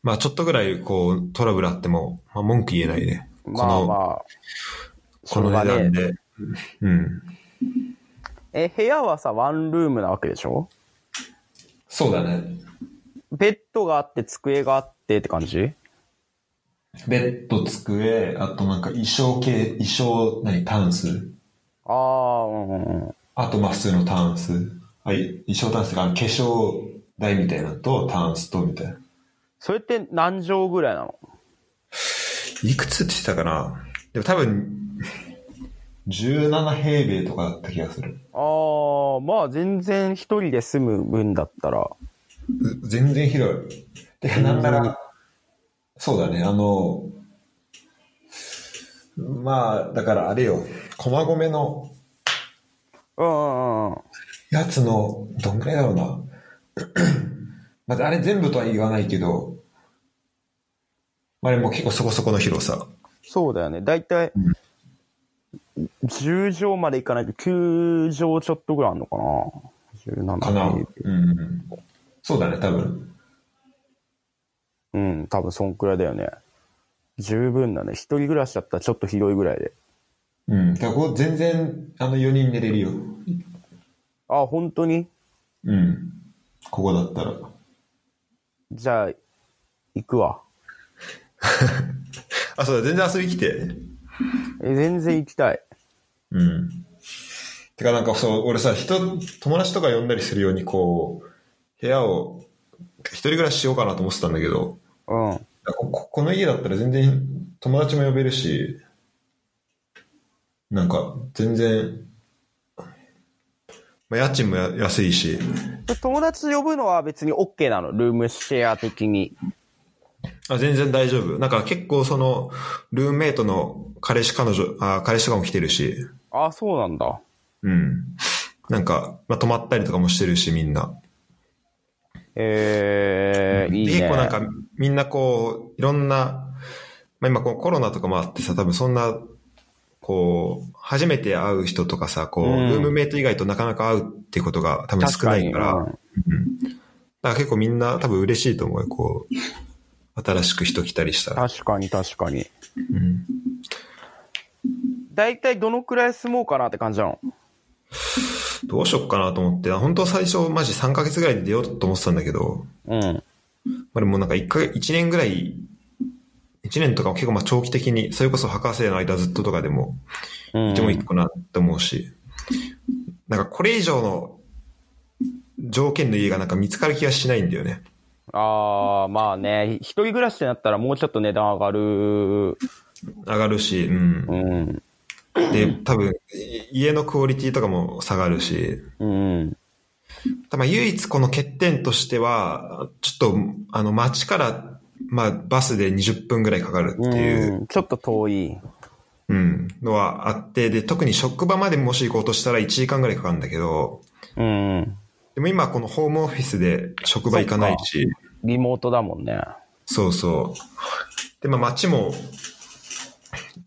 S1: まあちょっとぐらいこうトラブルあっても、まあ文句言えないね。こ
S2: まあ
S1: の、
S2: まあ。
S1: この値
S2: しょ
S1: 段
S2: うがね
S1: で。うん。
S2: え。え、部屋はさ、ワンルームなわけでしょ
S1: そうだね。
S2: ベッドがあって、机があってって感じ
S1: ベッド、机、あとなんか衣装系、衣装、何、タンス。
S2: ああ、うんうんうん。
S1: あとまあ普通のタンス。はい、衣装タンスが化粧台みたいなのとタンスとみたいな。
S2: それって何畳ぐらいなの
S1: いくつって言ってたかなでも多分、17平米とかだった気がする。
S2: ああ、まあ全然一人で住む分だったら。
S1: 全然広い。で、なんなら、そうだね、あの、まあ、だからあれよ、駒込の
S2: うんうんうん。
S1: やつの、どんぐらいだろうな。 まあ、あれ全部とは言わないけど、まあ、あれも結構そこそこの広さ。
S2: そうだよね。だいたい、10畳までいかないと9畳ちょっとぐらいあるのかな。17
S1: かな。
S2: 平米
S1: うん。そうだね、多分。
S2: うん、多分そんくらいだよね。十分だね。一人暮らしだったらちょっと広いぐらいで。
S1: うん。だからここ全然、あの4人寝れるよ。
S2: あ、本当に
S1: うん。ここだったら。
S2: じゃあ、行くわ。
S1: あ、そうだ、全然遊び来て。
S2: え、全然行きたい。
S1: うん。てかなんかそう、俺さ、人、友達とか呼んだりするように、こう、部屋を、一人暮らししようかなと思ってたんだけど、
S2: うん。
S1: こここの家だったら全然友達も呼べるし、なんか全然、まあ、家賃もや安いし、
S2: で友達呼ぶのは別に OK なの。ルームシェア的に。
S1: あ全然大丈夫。なんか結構その、ルームメイトの彼氏彼女、あ彼氏とかも来てるし、
S2: あ、そうなんだ。
S1: うん。なんか、まあ、泊まったりとかもしてるし、みんな。
S2: えー、いい
S1: で
S2: ね。
S1: 結構なんか、みんなこう、いろんな、まあ、今こうコロナとかもあってさ、多分そんな、こう、初めて会う人とかさ、こう、
S2: うん
S1: ルームメイト以外となかなか会うってことが多分少ないから、
S2: 確に
S1: うんだから結構みんな多分嬉しいと思うよ、こう、新しく人来たりした
S2: うん
S1: ら。
S2: 確かに確かに。
S1: うん
S2: だいたいどのくらい住もうかなって感じなの
S1: どうしよっかなと思って、本当最初マジ3ヶ月ぐらいで出ようと思ってたんだけど、
S2: うん。
S1: まあ、でもなんか1か一年ぐらい、1年とかも結構まあ長期的に、それこそ博士の間ずっととかでも、
S2: うん。
S1: でも行くなって思うし、なんかこれ以上の条件の家がなんか見つかる気がしないんだよね。
S2: ああ、まあね、一人暮らしってなったらもうちょっと値段上がる。
S1: 上がるし、うん
S2: う。ん。
S1: で、多分、い家のクオリティとかも下がるし、
S2: うん。
S1: たまあ唯一この欠点としては、ちょっと、あの、街から、まあ、バスで20分ぐらいかかるっていう
S2: うん。ちょっと遠い。
S1: うん、のはあって、で、特に職場までもし行こうとしたら1時間ぐらいかかるんだけど、
S2: うん。
S1: でも今このホームオフィスで職場行かないし、
S2: リモートだもんね。
S1: そうそう。で、まあ街も、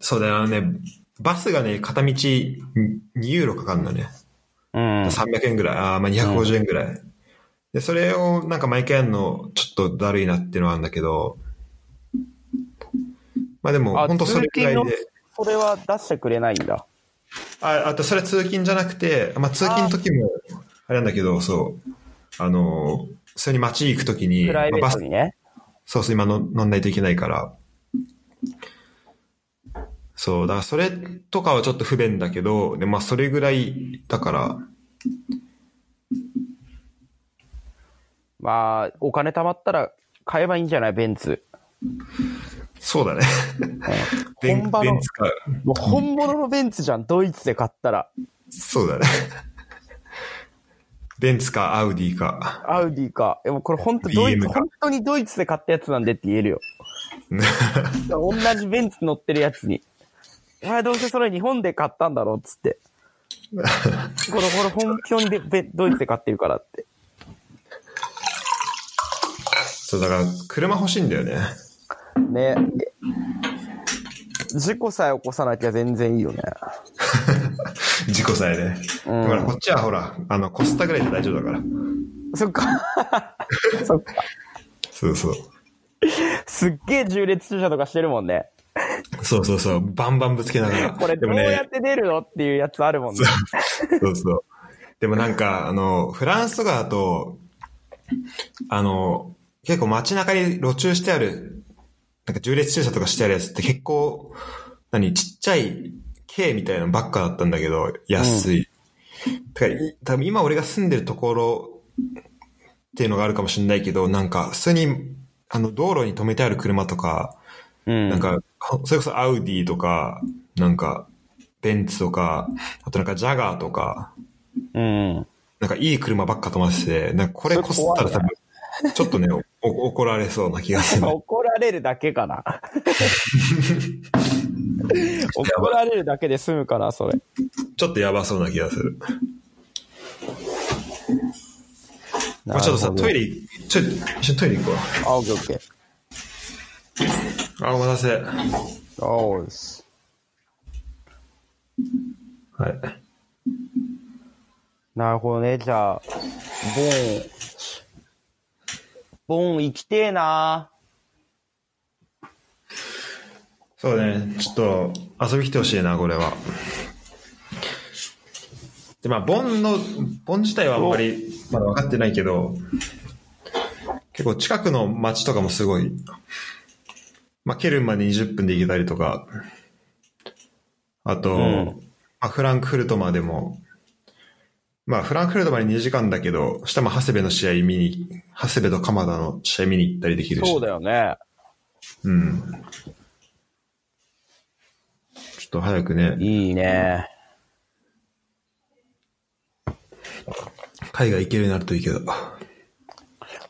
S1: そうだよね、バスがね、片道2ユーロかかるのね。
S2: うん。
S1: 300円ぐらい、あーまあ250円ぐらい。で、それをなんか毎回やるの、ちょっとだるいなっていうのはあるんだけど、まあでも、
S2: あ
S1: 本当それくらい
S2: 通
S1: で。
S2: それは出してくれないんだ。
S1: あ、あと、それは通勤じゃなくて、まあ、通勤の時も、あれなんだけど、そう、あの、普通に街行く時に、
S2: プライベ
S1: まあ
S2: ー
S1: バス
S2: ト、にね。
S1: そうそう、今の乗んないといけないから。そう、だからそれとかはちょっと不便だけど、で、まあ、それぐらいだから、
S2: まあ、お金貯まったら買えばいいんじゃないベン ツ。
S1: そうだね。ベン
S2: 本場の
S1: ベンツか。
S2: もう本物のベンツじゃん。ドイツで買ったら。
S1: そうだね。 ベンツか、アウディか。
S2: アウディか。でもこれ本当ドイ
S1: BM
S2: ツ、
S1: か
S2: 本当にドイツで買ったやつなんでって言え るよ。同じベンツ乗ってるやつに。お前どうせそれ日本で買ったんだろうっつ って。これ、これ本当にでベドイツで買ってるからって。
S1: そう、だから、車欲しいんだよね。
S2: ね。事故さえ起こさなきゃ全然いいよね。
S1: 事故さえね。
S2: うん
S1: だから、こっちはほら、あの、コスタぐらいで大丈夫だから。
S2: そ っか。そっか。
S1: そうそう。
S2: すっげえ重列駐車とかしてるもんね。
S1: そうそうそう。バンバンぶつけながら。
S2: これ
S1: で
S2: ど
S1: も
S2: うや
S1: ね
S2: っ、て出るのっていうやつあるもんね。
S1: そうそう。でもなんか、あの、フランスとかだと、あの、結構街中に路駐してある、なんか重列駐車とかしてあるやつって結構、何、ちっちゃい K みたいなのばっかだったんだけど、安い。だから、い多分今俺が住んでるところっていうのがあるかもしれないけど、なんか、普通に、あの、道路に止めてある車とか、
S2: うん
S1: なんか、ほそれこそアウディとか、なんか、ベンツとか、あとなんかジャガーとか、
S2: うん。
S1: なんかいい車ばっか止まってて、なんかこれこすったら多分、ちょっとね、おお怒られそうな気がする。
S2: 怒られるだけ かな。怒られるだけで済むかな、それ。
S1: ちょっとやばそうな気がする。まあちょっとさ、トイ
S2: レ。
S1: レ、ちょ、一緒にトイレ行こ
S2: あ、オッケーオッケー。
S1: う。あ、お待たせ。
S2: おーす。
S1: はい。
S2: なるほどね。じゃあ、ボン。ボン行きてえな
S1: そうね、ちょっと遊び来てほしいな、これは。で、まあ、ボンの、ボン自体はあんまりまだ分かってないけど、結構近くの街とかもすごい、まあ、ケルンまで20分で行けたりとか、あと、
S2: ん
S1: まあ、フランクフルトまでも、まあ、フランクフルトまで2時間だけど、下も長谷部の試合見に、長谷部と鎌田の試合見に行ったりできるし。
S2: そうだよね。
S1: うん。ちょっと早くね、
S2: いいね。
S1: 海外行けるようになるといいけど。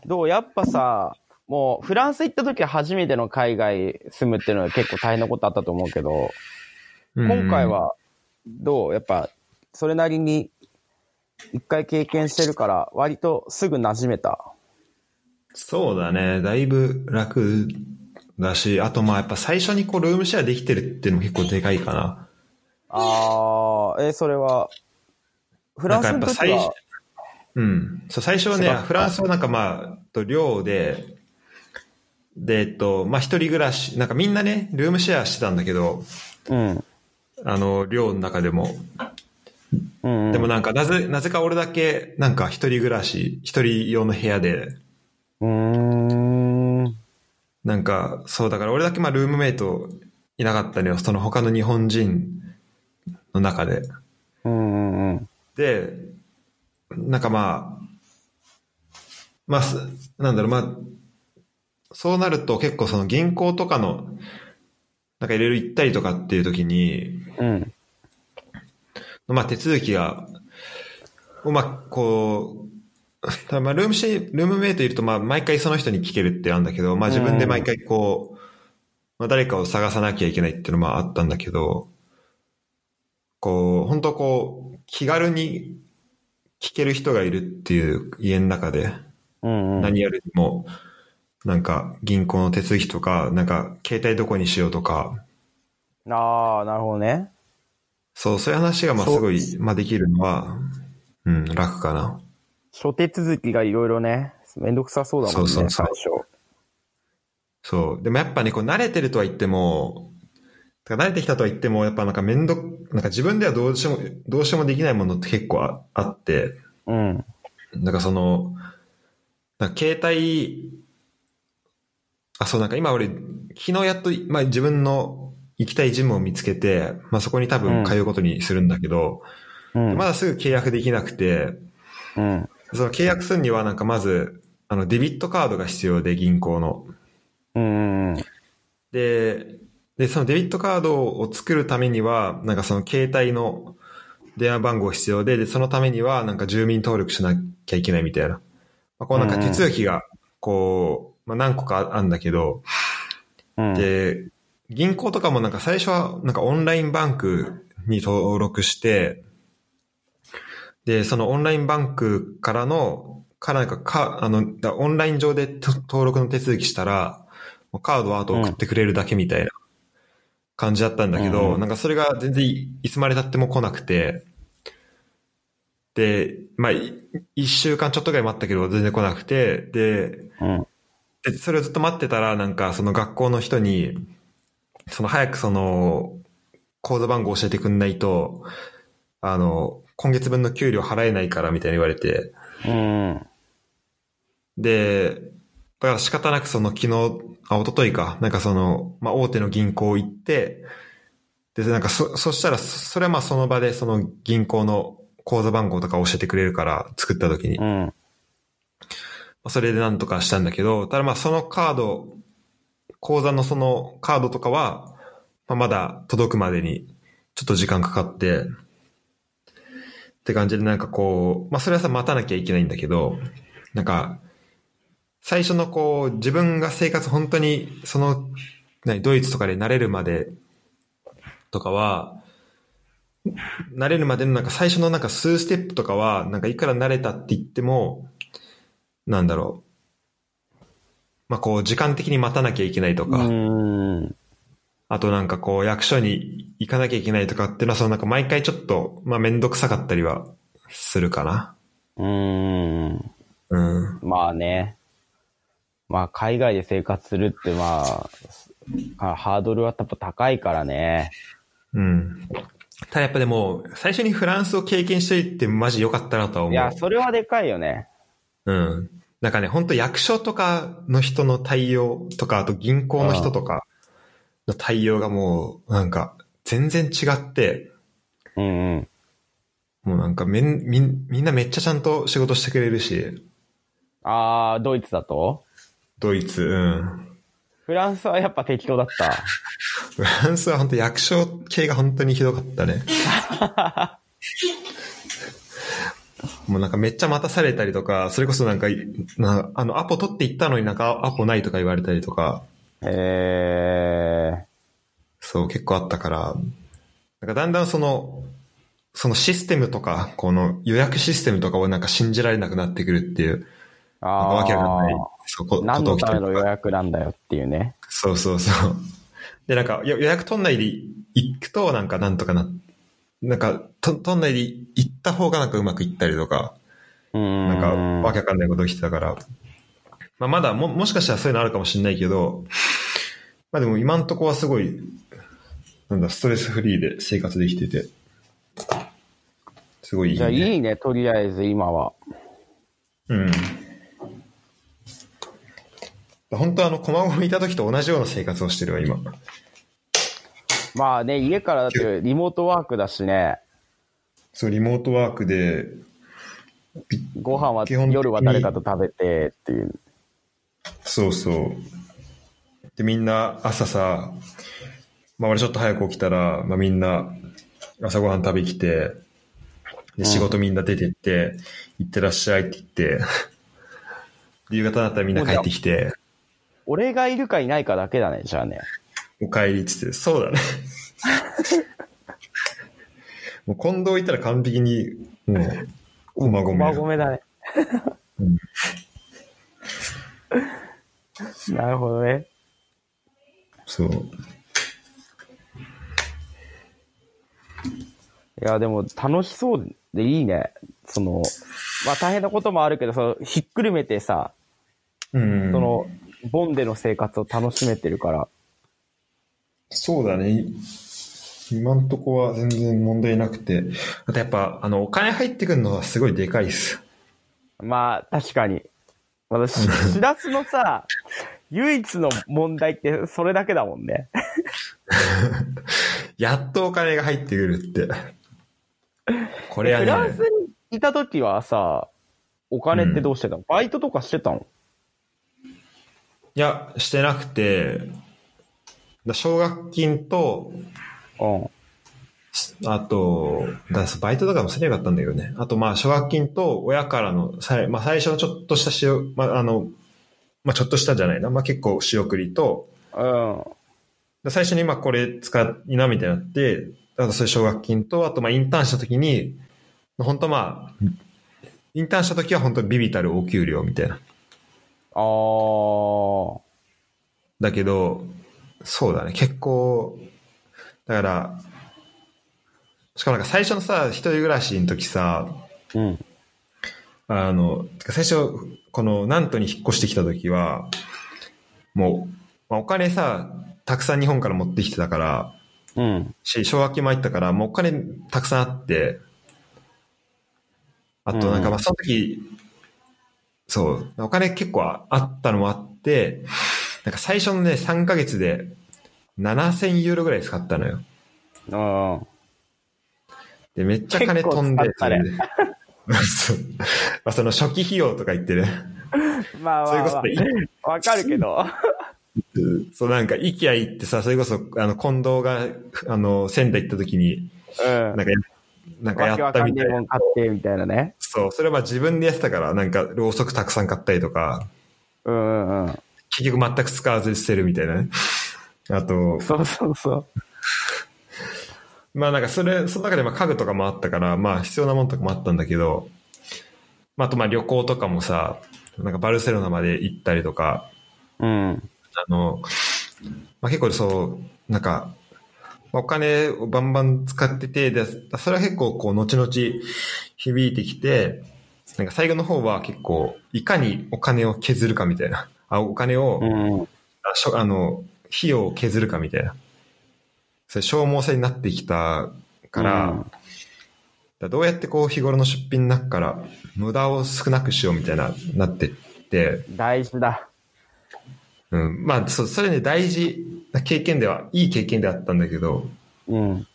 S2: どうやっぱさ、もうフランス行った時は初めての海外住むっていうのは結構大変なことあったと思うけど、今回はどうやっぱそれなりに一回経験してるから、割とすぐ馴染めた。
S1: そうだね。だいぶ楽だし、あとまあやっぱ最初にこうルームシェアできてるっていうのも結構でかいかな。
S2: あー、え、それは、フランスの
S1: なんか
S2: 時
S1: やっ
S2: は
S1: ぱ、うん。そう、最初はね
S2: 違った、
S1: フランスはなんかまあ、と寮で、で、えっと、まあ一人暮らし、なんかみんなね、ルームシェアしてたんだけど、
S2: うん。
S1: あの、寮の中でも。
S2: うん、うん。
S1: でもなんか、なぜ、なぜか俺だけ、なんか一人暮らし、一人用の部屋で、
S2: うーん。
S1: なんか、そう、だから俺だけまあルームメイトいなかったのよ。その他の日本人の中で。
S2: うんうんうん。
S1: で、なんかまあ、まあ、すなんだろう、まあ、そうなると結構その銀行とかの、なんかいろいろ行ったりとかっていう時に、
S2: うん。
S1: まあ手続きが、うまくこう、ただまあルームシェイルームメイトいるとまあ毎回その人に聞けるってあるんだけど、まあ自分で毎回こう、まあ誰かを探さなきゃいけないっていうのもあったんだけど、こう、本当こう、気軽に聞ける人がいるっていう家の中で、
S2: うんうん。
S1: 何やるにも、なんか銀行の手続きとか、なんか携帯どこにしようとか、
S2: あー、なるほどね。
S1: そう、そういう話がまあ
S2: そう
S1: すごい、まあできるのは、うん、楽かな。
S2: 諸手続きがいろいろね、めんどくさそうだもんね、
S1: そうそう
S2: 最
S1: そう。でもやっぱね、こう慣れてるとは言っても、てか慣れてきたとは言っても、やっぱなんかめんどく、なんか自分ではどうしても、どうしてもできないものって結構ああって、
S2: 初。うん。
S1: なんかその、なんか携帯、あ、そうなんか今俺、昨日やっと、まあ自分の行きたいジムを見つけて、まあそこに多分通うことにするんだけど、
S2: うん。
S1: まだすぐ契約できなくて、
S2: うん。
S1: その契約するにはなんかまず、あのデビットカードが必要で銀行の。
S2: うんうんうん。
S1: で、で、そのデビットカードを作るためには、なんかその携帯の電話番号必要で、で、そのためにはなんか住民登録しなきゃいけないみたいな。まあ、こうなんか
S2: うんうん
S1: 手続きが、こう、まあ何個かあるんだけど、
S2: うん。
S1: で、銀行とかもなんか最初はなんかオンラインバンクに登録して、で、そのオンラインバンクからの、からなんかか、あの、だオンライン上でと登録の手続きしたら、もうカードは後送ってくれるだけみたいな感じだったんだけど、
S2: うん
S1: なんかそれが全然いいつまで経っても来なくて、で、まあ、い一週間ちょっとぐらい待ったけど、全然来なくて、で、
S2: うん。
S1: で、それをずっと待ってたら、なんか、その学校の人に、その早くその、口座番号教えてくんないと、あの、今月分の給料払えないから、みたいに言われて。
S2: うん。
S1: で、だから仕方なくその昨日、あ、一昨日か、なんかその、まあ、大手の銀行行って、で、なんかそ、そしたら、そそれはまあその場でその銀行の口座番号とか教えてくれるから、作った時に
S2: う。ん。
S1: まあそれでなんとかしたんだけど、ただまあそのカード、口座のそのカードとかは、まあ、まだ届くまでにちょっと時間かかって、って感じでなんかこう、まあそれはさ待たなきゃいけないんだけど、なんか、最初のこう自分が生活本当にその、何、ドイツとかで慣れるまでとかは、慣れるまでのなんか最初のなんか数ステップとかは、なんかいくら慣れたって言っても、なんだろう。まあ、こう、時間的に待たなきゃいけないと
S2: う
S1: か、
S2: ん。
S1: あとなんかこう、役所に行かなきゃいけないとかっていうのは、そのなんか毎回ちょっと、まあ、めんどくさかったりはするかな。
S2: うん。
S1: うん。
S2: まあね。まあ、海外で生活するって、まあ、ハードルはやっぱ高いからね。
S1: うん。ただやっぱでも、最初にフランスを経験していってマジ良かったなとはい思う
S2: や、。それはでかいよね。
S1: うん。なんかね、本当役所とかの人の対応とか、あと銀行の人とかの対応がもう、なんか、全然違って、
S2: うんうん。
S1: もうなんかめん、みん、みんなめっちゃちゃんと仕事してくれるし、
S2: あー、ドイツだと
S1: ドイツ、うん。
S2: フランスはやっぱ適当だった。
S1: フランスは本当役所系が本当にひどかった ね。もうなんかめっちゃ待たされたりとか、それこそなんか、いなあの、アポ取っていったのになんかアポないとか言われたりとか、
S2: えー。
S1: そう結構あったから、なんかだんだんその、そのシステムとか、この予約システムとかをなんか信じられなくなってくるっていう、なんかわけわかんない、そうこ
S2: 何
S1: こと
S2: の
S1: 起き
S2: た
S1: て
S2: め
S1: る
S2: の予約なんだよっていうね。
S1: そうそうそう。で、なんか、よ予約取んないで行くと、なんか、なんとかな、なんか、と取んないで行った方がなんかうまくいったりとか、
S2: うん。
S1: なんか、わけわかんないこと起きてたから、まあ、まだも、もしかしたらそういうのあるかもしれないけど、まあでも今んとこはすごい、なんだ、ストレスフリーで生活できてて、すごいいい、
S2: じゃあ
S1: ね。
S2: いいね、とりあえず今は。
S1: うん。本当はあの、駒込にいた時と同じような生活をしてるわ、今。
S2: まあね、家からだってリモートワークだしね、
S1: そう、リモートワークで、
S2: ご飯は
S1: 基本的に
S2: 夜は誰かと食べてっていう。
S1: そうそう。で、みんな朝さ、まあ俺ちょっと早く起きたら、まあみんな朝ごはん食べきて、で、仕事みんな出てって、行ってらっしゃいって言 って、で夕方になったらみんな帰ってきて、
S2: 俺がいるかいないかだけだね、じゃあね。
S1: お帰りっつって、そう だね。もう近藤いたら完璧に、もう、駒込
S2: ま
S1: だ
S2: あごめんだね。
S1: うん
S2: なるほどね。
S1: そう。
S2: いや、でも楽しそうでいいね。その、まあ大変なこともあるけど、そのひっくるめてさ、
S1: うん。
S2: その、ボンでの生活を楽しめてるから。
S1: そうだね。今んとこは全然問題なくて。あとやっぱ、あの、お金入ってくるのはすごいでかいっす。
S2: まあ、確かに。私、しらすのさ、 唯一の問題ってそれだけだもんね。
S1: やっとお金が入ってくるって。これは
S2: フラン
S1: ね
S2: ス、にいた時はさ、お金ってどうしてたの、バイトとかしてたの
S1: いや、してなくて、だ奨学金と、
S2: うん。
S1: あと、だバイトとかもすればよかったんだけどね。あと、まあ、奨学金と親からの、さいまあ、最初のちょっとしたしお、まあ、あの、まあ、ちょっとしたじゃないな。まあ、結構仕送りと、
S2: うん。
S1: で最初にまあこれ使いなみたいになって、あとそういう奨学金と、あとまあインターンした時に、本当まあ、インターンした時は本当にビビたるお給料みたいな。
S2: あー。
S1: だけど、そうだね、結構、だから、しかもなんか最初のさ、一人暮らしの時さ、
S2: うん。
S1: あの、てか最初、このナントに引っ越してきた時は、もう、まあ、お金さ、たくさん日本から持ってきてたから、
S2: うん。
S1: し、奨学金も入ったから、もうお金たくさんあって、あとなん
S2: う
S1: か
S2: ん
S1: まあその時、そう、お金結構ああったのもあって、なんか最初のね、3ヶ月で7000ユーロぐらい使ったのよ。
S2: うん。
S1: で、めっちゃ金飛んで、
S2: 結構使ったね
S1: それで そうまあその初期費用とか言ってね、
S2: まあ
S1: それ
S2: ま
S1: こそ
S2: あ、まあ、わかる けど。
S1: そうなんか、イケア行ってさ、それこそ、あの、近藤が、あの、仙台行った時に、
S2: うん。
S1: なんかや、なんかや
S2: わけわ
S1: った
S2: かん
S1: み
S2: ね
S1: た
S2: え
S1: いな
S2: もん買って、みたいなね。
S1: そう、それはまあ自分でやってたから、なんか、ろうそくたくさん買ったりとか、
S2: うんうんうん。
S1: 結局全く使わず捨てるみたいなね。あと、
S2: そうそうそう。
S1: まあなんかそれ、その中でまあ家具とかもあったから、まあ必要なものとかもあったんだけど、まああとまあ旅行とかもさ、なんかバルセロナまで行ったりとか、
S2: うん。
S1: あの、まあ結構そう、なんか、まあお金をバンバン使ってて、で、それは結構こう後々響いてきて、なんか最後の方は結構、いかにお金を削るかみたいな、 あお金を、
S2: うん。
S1: あしょあの、費用を削るかみたいな。それ消耗性になってきたから、
S2: う
S1: だか
S2: ん
S1: らどうやってこう日頃の出費の中から無駄を少なくしようみたいな、なってって、
S2: 大事だ。
S1: うん、まあそ、それね、大事な経験では、いい経験であったんだけど、
S2: うん。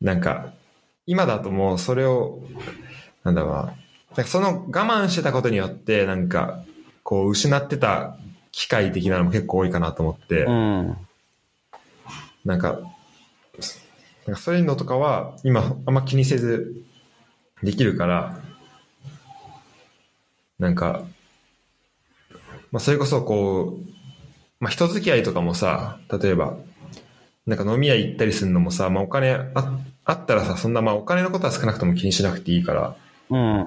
S1: なんか、今だともうそれを、なんだろうな、なんかその我慢してたことによって、なんか、こう失ってた機会的なのも結構多いかなと思って、
S2: うん。
S1: なんか、なんかそういうのとかは今あんま気にせずできるから、なんか、まあそれこそこう、まあ人付き合いとかもさ、例えば、なんか飲み屋行ったりするのもさ、まあお金ああったらさ、そんな、まあお金のことは少なくとも気にしなくていいから、
S2: うん。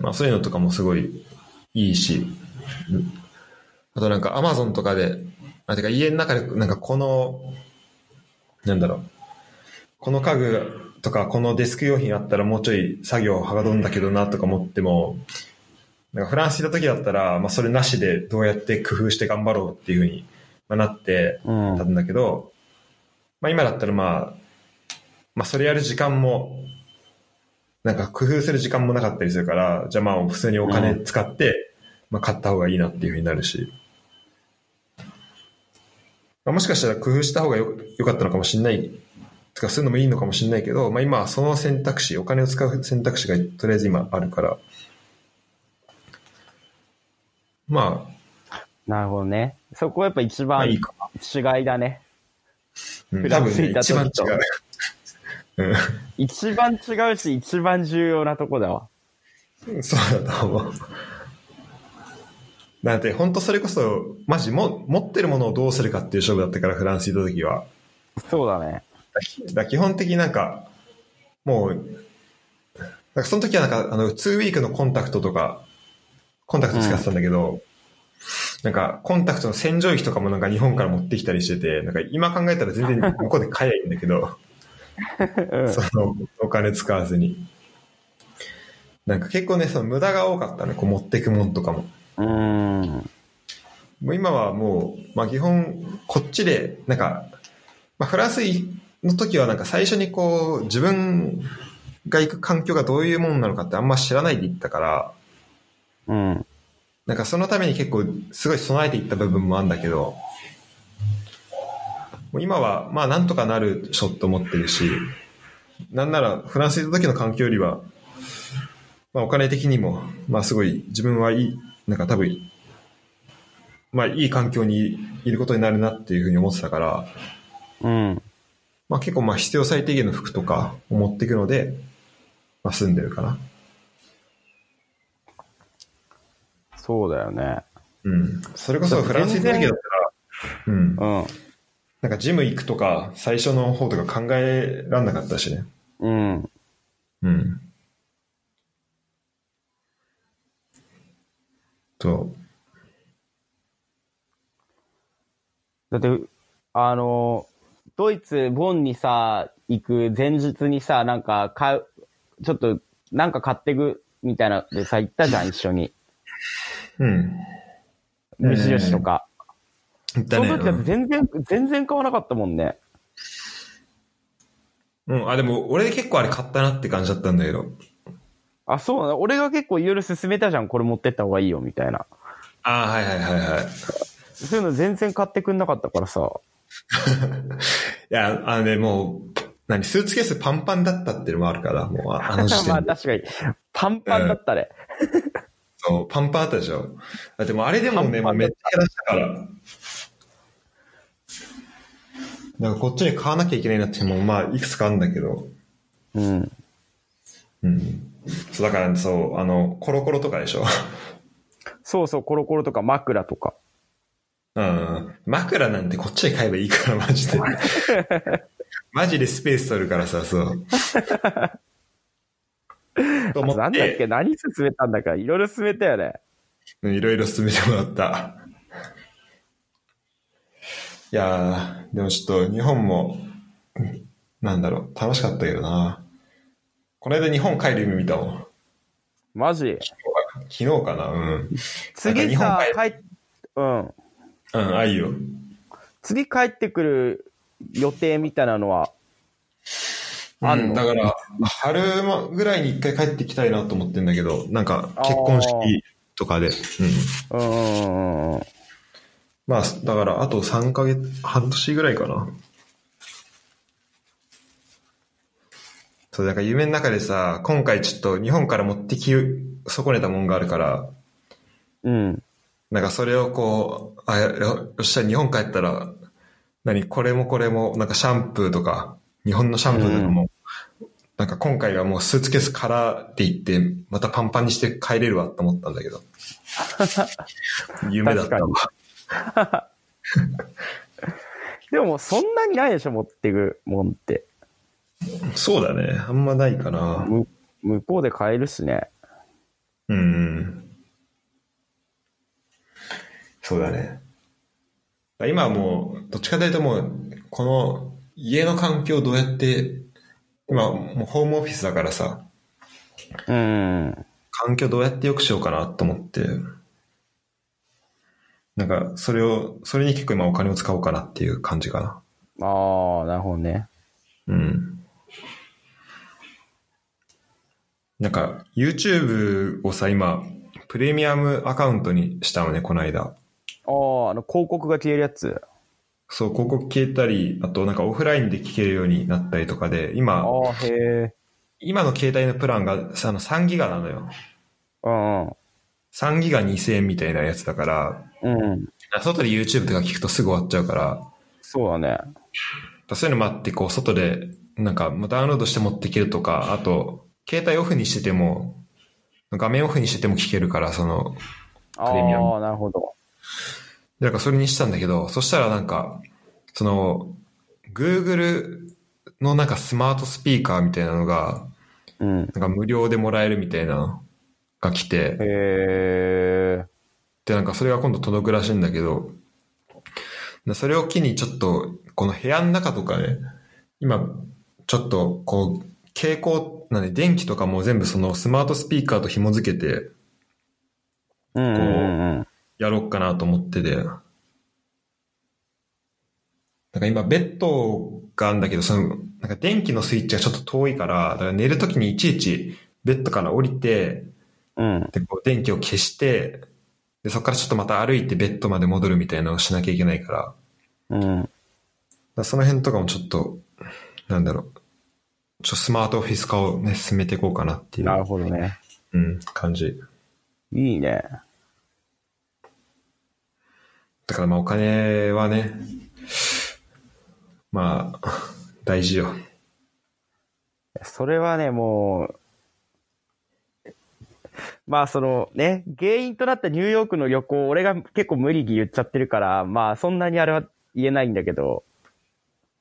S1: まあそういうのとかもすごいいいし、うんあとなんかアマゾンとかで、あ、てか家の中でなんかこの、なんだろう、この家具とかこのデスク用品あったらもうちょい作業はかどんだけどなとか思っても、なんかフランス行った時だったら、まあそれなしでどうやって工夫して頑張ろうっていうふうにまあなって
S2: うん。
S1: たんだけど、まあ今だったらまあ、まあそれやる時間もなんか工夫する時間もなかったりするから、じゃあまあ普通にお金使って、まあ買った方がいいなっていうふうになるし。まあ、もしかしたら工夫した方がよよかったのかもしれない。とか、そういうのもいいのかもしれないけど、まあ今はその選択肢、お金を使う選択肢がとりあえず今あるから。まあ、
S2: なるほどね。そこはやっぱ一
S1: まあ
S2: 番
S1: い
S2: 違
S1: いか。
S2: いだね。
S1: うん多
S2: フラン
S1: 分
S2: ス行
S1: ね、
S2: った
S1: 一番違
S2: 時と
S1: う。うん
S2: 一番違うし、一番重要なとこだわ。
S1: そうだと思う。だって、本当それこそ、マジも、持ってるものをどうするかっていう勝負だったから、フランス行った時は。
S2: そうだね。
S1: だから基本的になんか、もう、なんかその時はなんか、あの、2ウィークのコンタクトとか、コンタクト使ってたんだけど、なんか、コンタクトの洗浄液とかもなんか日本から持ってきたりしてて、なんか今考えたら全然向こうで買えばいいんだけど、
S2: うん。
S1: そのお金使わずに。なんか結構ね、その無駄が多かったね、こう持ってくもんとかも。
S2: うーん。
S1: もう今はもう、まあ基本、こっちで、なんか、まあフランスの時はなんか最初にこう、自分が行く環境がどういうものなのかってあんま知らないで行ったから、
S2: うん。
S1: なんかそのために結構すごい備えていった部分もあるんだけど、もう今はまあなんとかなるショット持ってるし、なんならフランス行った時の環境よりは、まあお金的にも、まあすごい自分はいい、なんか多分、まあいい環境にいることになるなっていうふうに思ってたから、
S2: うん。
S1: まあ結構まあ必要最低限の服とかを持っていくので、まあ住んでるかな。
S2: そうだよね。
S1: うん。それこそフランス行った時だったら、うん。
S2: うん。
S1: なんかジム行くとか、最初の方とか考えらんなかったしね。
S2: うん。
S1: うん。と、
S2: だって、あの、ドイツ、ボンにさ、行く前日にさ、なんか買う、ちょっと、なんか買ってく、みたいなでさ、行ったじゃん、一緒に。
S1: うん。
S2: 無印とか。
S1: だね。
S2: その時だって全然、全然買わなかったもんね。
S1: うん、うんあ、でも俺結構あれ買ったなって感じだったんだけど。
S2: あ、そうなの俺が結構いろいろ勧めたじゃん、これ持ってった方がいいよ、みたいな。
S1: ああ、はいはいはいはい。い
S2: そういうの全然買ってくんなかったからさ。
S1: や、あのね、もう、何、スーツケースパンパンだったっていうのもあるから、もうああ の
S2: まあ
S1: 時点
S2: 確
S1: で。
S2: かに。パンパンだったね。
S1: そう、パンパンあったでしょ。だってもうあれでもね、
S2: パンパ
S1: もうめ
S2: ンだった
S1: っちゃ減らしたから。だからこっちに買わなきゃいけないなっていうのも、まあ、いくつかあるんだけど。
S2: うん。
S1: うん。そう、だから、そう、あの、コロコロとかでしょ。
S2: そうそう、コロコロとか枕とか。
S1: うん。枕なんてこっちで買えばいいから、マ ジで。マジでスペース取るからさ、 そう。と
S2: あ
S1: 思
S2: とな
S1: っ
S2: んだっけ
S1: て、
S2: 何勧めたんだかいろいろ勧めたよね。
S1: うんいろいろ進めてもらった。いやー、でもちょっと日本も、うんなんだろう、楽しかったけどな。この間日本帰る夢見たもん。
S2: マジ。
S1: 昨日かな、うん。
S2: 次
S1: なん
S2: さ
S1: か日、
S2: 帰っ、うん。
S1: うん、あ、いいよ。
S2: 次帰ってくる予定みたいなのは、あんの
S1: うんだから、春まぐらいに一回帰ってきたいなと思ってんだけど、なんか結婚式とかで。うん。
S2: うんうんうんうん。
S1: まあ、だからあと3ヶ月、半年ぐらいかな。そう、だから夢の中でさ、今回ちょっと日本から持ってき損ねたもんがあるから、
S2: うん。
S1: なんかそれをこう、あ、よよっしゃ、日本帰ったら、何、これもこれも、なんかシャンプーとか、日本のシャンプーとかも、なんか今回はもうスーツケースからって言って、またパンパンにして帰れるわと思ったんだけど。夢だったわ。
S2: 確でももうそんなにないでしょ、持ってくもんって。
S1: そうだね。あんまないかな。
S2: む向こうで買えるしね。
S1: うん。そうだね。今はもう、どっちかというともう、この家の環境をどうやって、今、もうホームオフィスだからさ、
S2: うん。
S1: 環境どうやって良くしようかなと思って、なんか、それを、それに結構今お金を使おうかなっていう感じか
S2: ああ、なるほどね。
S1: な。うん。なんか、YouTube をさ、今、プレミアムアカウントにしたのね、この間。
S2: ああ、あの、広告が消えるやつ。
S1: そう、広告消えたり、あとなんかオフラインで聞けるようになったりとかで、
S2: あ
S1: 今、
S2: あ、へえ。
S1: 今の携帯のプランがさあの3ギガなのよ。
S2: うんうん。
S1: 3ギガ2000円みたいなやつだから、
S2: うん。
S1: 外で YouTube とか聞くとすぐ終わっちゃうから、だか
S2: そうだね。
S1: らそういうのもあって、こう、外で、なんか、もうダウンロードして持っていけるとか、あと、携帯オフにしてても、画面オフにしてても聞けるから、その、
S2: あ
S1: プレミア
S2: あ、
S1: ム
S2: なるほど。
S1: なんかそれにしたんだけど、そしたらなんか、その、Google のなんかスマートスピーカーみたいなのが、
S2: うん。
S1: なんか無料でもらえるみたいなのが来て
S2: へ、え。
S1: で、なんかそれが今度届くらしいんだけど、でそれを機にちょっと、この部屋の中とかね、今、ちょっと、こう、蛍光、なんで電気とかも全部そのスマートスピーカーと紐付けて
S2: うんうんうん。
S1: やろうかなと思ってて、なんか今ベッドがあるんだけど、その、なんか電気のスイッチがちょっと遠いから、だから寝るときにいちいちベッドから降りて、
S2: うん。
S1: で、こう電気を消して、で、そこからちょっとまた歩いてベッドまで戻るみたいなのをしなきゃいけないから、だか
S2: うん。
S1: らその辺とかもちょっと、なんだろう、ちょっとスマートオフィス化をね、進めていこうかなってい
S2: なる
S1: う、
S2: ほどね。
S1: うん、感じ。
S2: いいね。
S1: だからまあお金はね、まあ、大事よ。
S2: それはね、もう、まあそのね、原因となったニューヨークの旅行、俺が結構無理に言っちゃってるから、まあそんなにあれは言えないんだけど、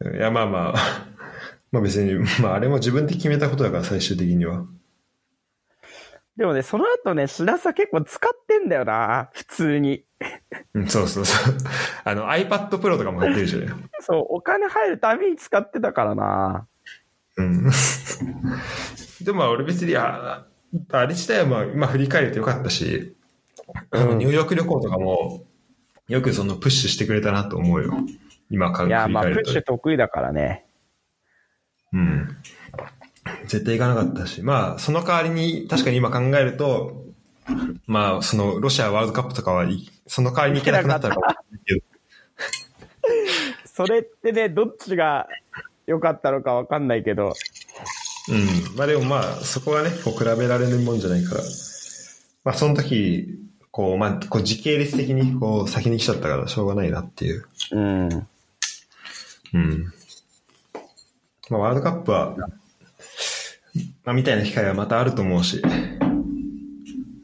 S1: いや、まあまあ、 まあ別に、まああれも自分で決めたことだから、最終的には。
S2: でもね、その後ね、しらさ結構使ってんだよな、普通に。
S1: うん、そうそうそう。あの iPad Pro とかも入ってるじゃん。
S2: そう、お金入るたびに使ってたからな。
S1: うん。 でもまあ俺別にあ、あれ自体はまあ今振り返るとよかったし、あのニューヨーク旅行とかもよくそのプッシュしてくれたなと思うよ。今か
S2: いや、
S1: 振り
S2: まあプ
S1: 返る
S2: ッ
S1: と。
S2: シュ得意だからね。
S1: うん。絶対行かなかったし、まあその代わりに確かに今考えると、まあそのロシアワールドカップとかはいその代わりに行けなくなったのかもしれないけど。
S2: それってね、どっちが良かったのかわかんないけど、
S1: うん。まあでもまあ、そこはね、こう比べられるもんじゃないから。まあその時、こう、まあ、こう時系列的にこう先に来ちゃったからしょうがないなっていう。
S2: うん。
S1: うん。まあワールドカップは、まあみたいな機会はまたあると思うし。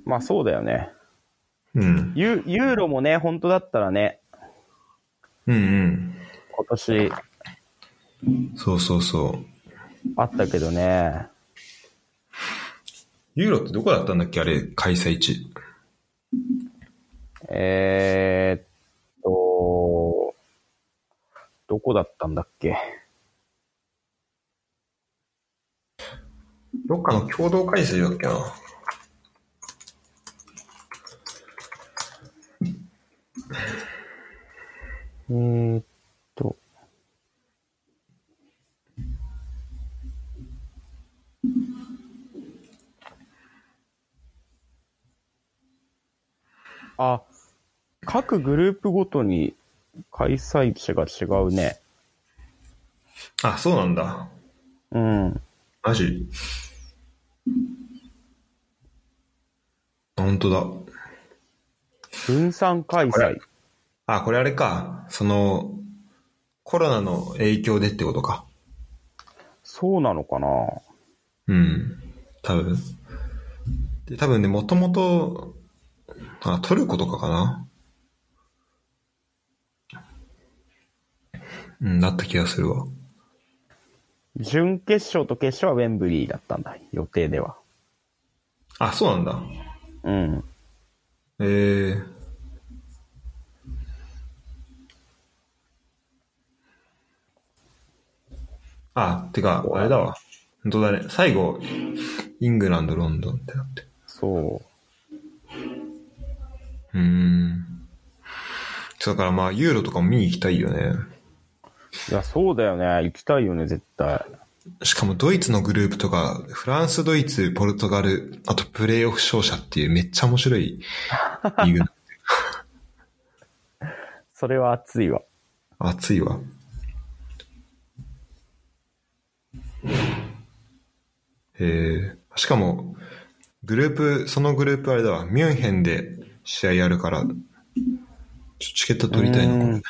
S2: まあそうだよね。
S1: うん。
S2: ユユーロもね、本当だったらね、
S1: うんうん。
S2: 今年
S1: そうそうそう。
S2: あったけどね。
S1: ユーロってどこだったんだっけあれ、開催地。
S2: えー、っと、どこだったんだっけ
S1: どっかの共同開催だっけな。
S2: えー、っと。あ、各グループごとに開催地が違うね。
S1: あ、そうなんだ。
S2: うん。
S1: マジあ本当だ。
S2: 分散開
S1: こ
S2: 催
S1: れ。あ、これあれか。その、コロナの影響でってことか。
S2: そうなのかな
S1: うん。多分。で、多分ね、もともと、あ、トルコとかかなうん、なった気がするわ。
S2: 準決勝と決勝はウェンブリーだったんだ、予定では。
S1: あ、そうなんだ。
S2: うん。
S1: えー、あ、てか、あれだわ。本当だね。最後、イングランド、ロンドンってなってる。
S2: そう。
S1: うーん。そうだからまあ、ユーロとかも見に行きたいよね。
S2: いや、そうだよね。行きたいよね、絶対。
S1: しかもドイツのグループとか、フランス、ドイツ、ポルトガル、あとプレイオフ勝者っていうめっちゃ面白いリーグ。
S2: それは熱いわ。
S1: 熱いわ。えー、しかも、グループ、そのグループあれだわ、ミュンヘンで試合やるから、ちょチケット取りたいな、こ
S2: う
S1: れ
S2: ん。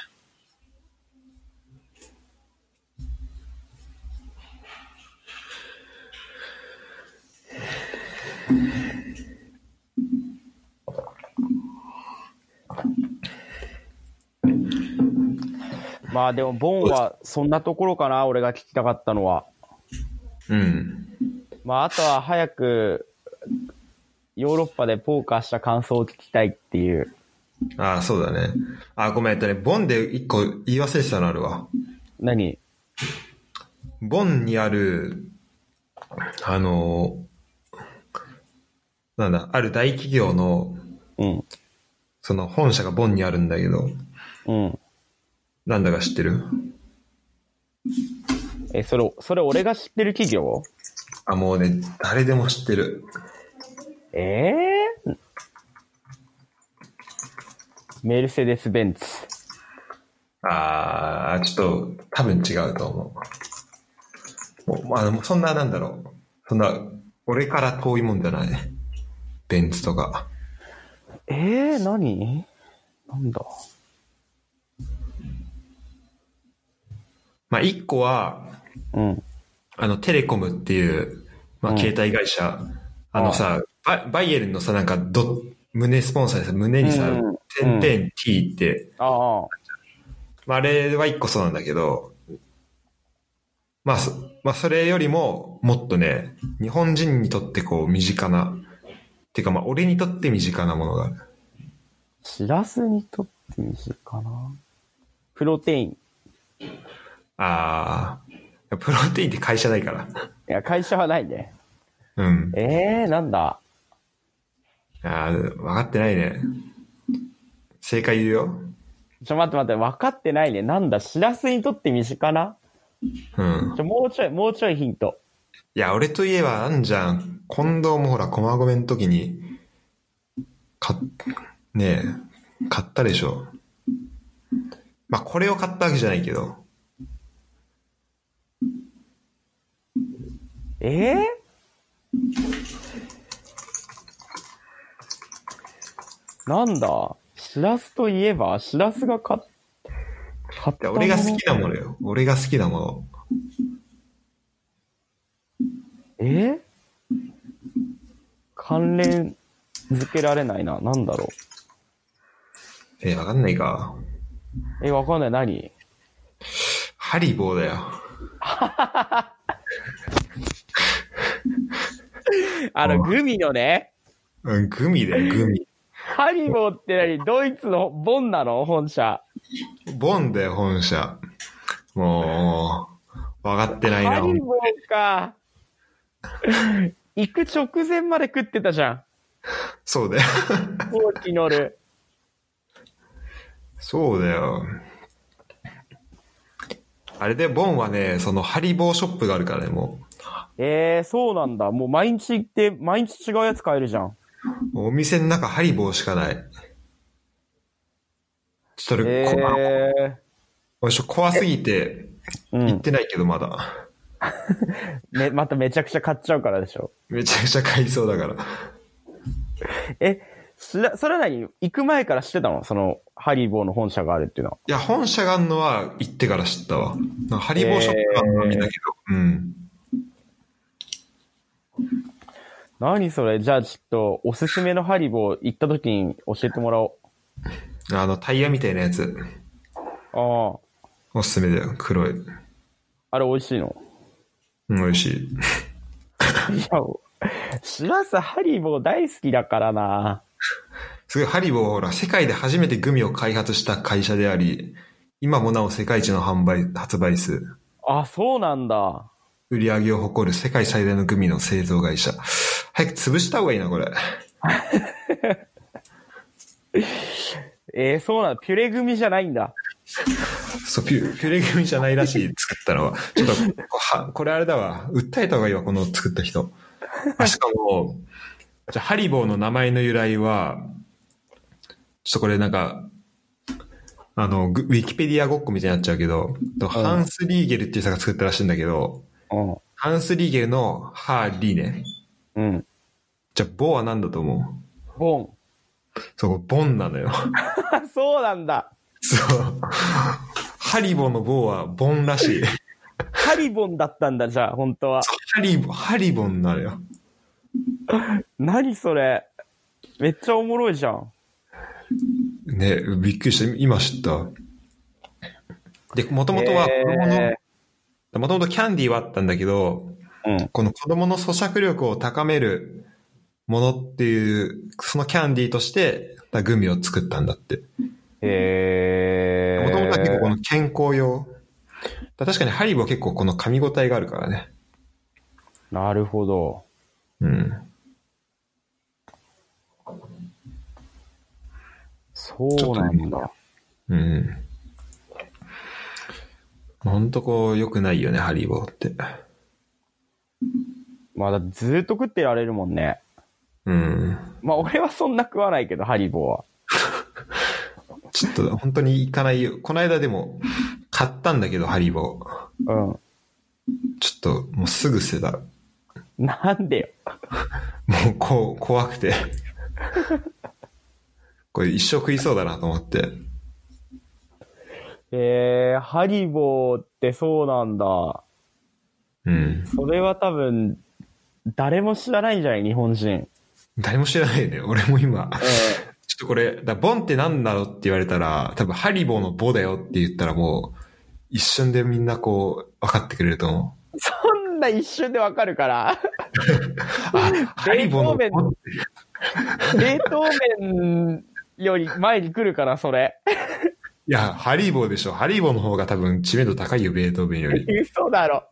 S2: まあでも、ボンはそんなところかな、俺が聞きたかったのは。
S1: うん。
S2: まあ、あとは早く、ヨーロッパでポーカーした感想を聞きたいっていう。
S1: ああ、そうだね。あーごめん、えっとね、ボンで一個言い忘れてたのあるわ。
S2: 何
S1: ボンにある、あの、なんだ、ある大企業の、
S2: うん。
S1: その本社がボンにあるんだけど、
S2: うん。
S1: なんだか知ってる
S2: え、それ、それ俺が知ってる企業
S1: あ、もうね、誰でも知ってる。
S2: ええメルセデス・ベンツ。
S1: あー、ちょっと、多分違うと思う。もう、まあ、もうそんな、なんだろう。そんな、俺から遠いもんじゃない。ベンツとか。
S2: ええ何なんだ
S1: まあ、一個は、
S2: うん。
S1: あの、テレコムっていう、ま
S2: う
S1: あ、
S2: ん
S1: 携帯会社。あのさ、ババイエルンのさ、なんか、ど、胸スポンサーでさ、胸にさ
S2: うん、
S1: てんてん T って、
S2: ああ。
S1: まあ、あれは一個そうなんだけど、まあ、そまあ、それよりも、もっとね、日本人にとってこう、身近な、てかまあ、俺にとって身近なものがある。
S2: しらすにとってみしかな。プロテイン。い
S1: ああ、プロテインって会社ないから。
S2: や、会社はないね。
S1: うん。
S2: ええなんだ
S1: ああ、分かってないね。正解言うよ。
S2: ちょ、待って待って、分かってないね。なんだ、しらすにとって身近な
S1: うん。
S2: ちょ、もうちょい、もうちょいヒント。
S1: いや、俺といえばあんじゃん。近藤もほら、駒込の時に、買っ、ねえ、買ったでしょ。まあ、これを買ったわけじゃないけど。
S2: ええなんだしらすといえば、しらすが買っ買っ
S1: い
S2: た
S1: や
S2: もの
S1: 俺が好きなものよ。俺が好きなもの。
S2: え関連付けられないな。なんだろ
S1: えー、わかんないか。
S2: う。え、わかんない。何
S1: ハリボーだよ。
S2: あ
S1: う
S2: の、
S1: ん
S2: グミのね、
S1: うん、グミだよ、グミ。
S2: ハリボーって何ドイツのボンなの本社。
S1: ボンだよ、本社。もう、わかってない
S2: ハ
S1: な。
S2: リボー か。行く直前まで食ってたじゃん。
S1: そうだよ。
S2: 飛行機乗る。
S1: そうだよ。あれで、ボンはね、その、ハリボーショップがあるからね、も
S2: えー、そうなんだ。もう毎日行って、毎日違うやつ買えるじゃん。
S1: う。お店の中、ハリボーしかない。ちょっと俺、
S2: え
S1: こあ
S2: ー、
S1: 俺ちょっと怖すぎて、
S2: う
S1: 行っ
S2: ん。
S1: てないけど、まだ。
S2: め、まためちゃくちゃ買っちゃうからでしょ。
S1: めちゃくちゃ買いそうだから。
S2: え、しら、それは何行く前から知ってたのその、ハリボーの本社があるっていうのは。
S1: いや、本社があんのは行ってから知ったわ。なんかハリボーショップがあんのは見たけど、うん。
S2: 何それじゃあちょっと、おすすめのハリボー行った時に教えてもらおう。
S1: あの、タイヤみたいなやつ。
S2: ああ。
S1: おすすめだよ、黒い。
S2: あれ美味しいの
S1: うん、美味しい。
S2: いや、しらすハリボー大好きだからな。
S1: すごい、ハリボーはほら、世界で初めてグミを開発した会社であり、今もなお世界一の販売、発売数、
S2: あ、そうなんだ。
S1: 売り上げを誇る世界最大のグミの製造会社。早く潰した方がいいな、これ。
S2: えー、そうなんだ。ピュレ組じゃないんだ。
S1: そう、ピュピュレグミじゃないらしい、作ったのは。ちょっと、はこれあれだわ。訴えた方がいいわ、この作った人。あしかも、じゃあハリボーの名前の由来は、ちょっとこれなんか、あの、グウィキペディアごっこみたいになっちゃうけど、とハンス・リーゲルっていう人が作ったらしいんだけど、
S2: うん。
S1: ハンス・リーゲルのハー・リーね。
S2: うん。
S1: じゃあ、ボーは何だと思
S2: ボン。
S1: うそう、ボンなのよ。
S2: あ、そうなんだ。
S1: そう。ハリボーのボーはボンらしい。
S2: ハリボンだったんだ、じゃあ、本当は。
S1: ハリボ、ハリボンなのよ。
S2: 何それ。めっちゃおもろいじゃん。
S1: ね、びっくりした。今知った。で、もともとは子供
S2: え
S1: の、もともとキャンディーはあったんだけど、
S2: ーうん。
S1: この子供の咀嚼力を高めるものっていう、そのキャンディーとして、だグミを作ったんだって。
S2: えー。
S1: もともとは結構この健康用。だ確かにハリボー結構この噛み応えがあるからね。
S2: なるほど。
S1: うん。
S2: そうなんだ。
S1: うん。ほんとこう、良くないよね、ハリボーって。
S2: まあだってずっと食ってられるもんね。
S1: うん。
S2: まあ俺はそんな食わないけど、ハリボーは。
S1: ちょっと本当に行かないよ。この間でも買ったんだけど、ハリボー。
S2: うん。
S1: ちょっともうすぐ捨てた。も
S2: なんでよ。
S1: うこう、怖くて。これ一生食いそうだなと思って。
S2: えー、ハリボーってそうなんだ。
S1: うん。
S2: それは多分、誰も知らないんじゃない日本人。
S1: 誰も知らないよね。俺も今。
S2: え
S1: ちょっとこれ、だボンってなんだろうって言われたら、多分ハリボーのボだよって言ったらもう、一瞬でみんなこう、分かってくれると思う。
S2: ーそんな一瞬でわかるから。
S1: あ、ハリボーの
S2: ベートーベン
S1: ボ
S2: の冷凍麺より前に来るから、それ。
S1: いや、ハリボーでしょ。ハリボーの方が多分知名度高いよ、ベートーベンより。
S2: 嘘だろ。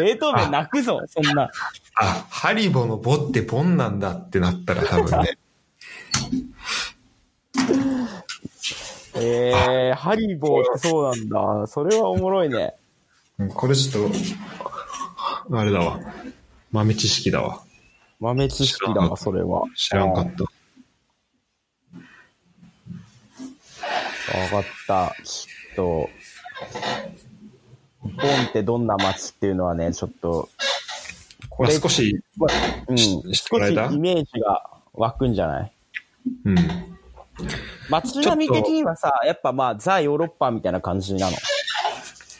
S2: 冷凍麺泣くぞ、そんな。
S1: あ、ハリボのボってボンなんだってなったら多分ね。
S2: えー、ハリボーってそうなんだ。それはおもろいね。
S1: うんこれちょっと、あれだわ。豆知識だわ。
S2: 豆知識だわ、それは。
S1: 知らんかった。
S2: た。わかった。ちょっと、ボンってどんな街っていうのはね、ちょっと、
S1: まあ、少し、
S2: うん、
S1: し
S2: 少
S1: し
S2: して
S1: もらえた
S2: イメージが湧くんじゃない
S1: うん。
S2: 街並み的にはさ、やっぱまあ、ザ・ヨーロッパみたいな感じなの。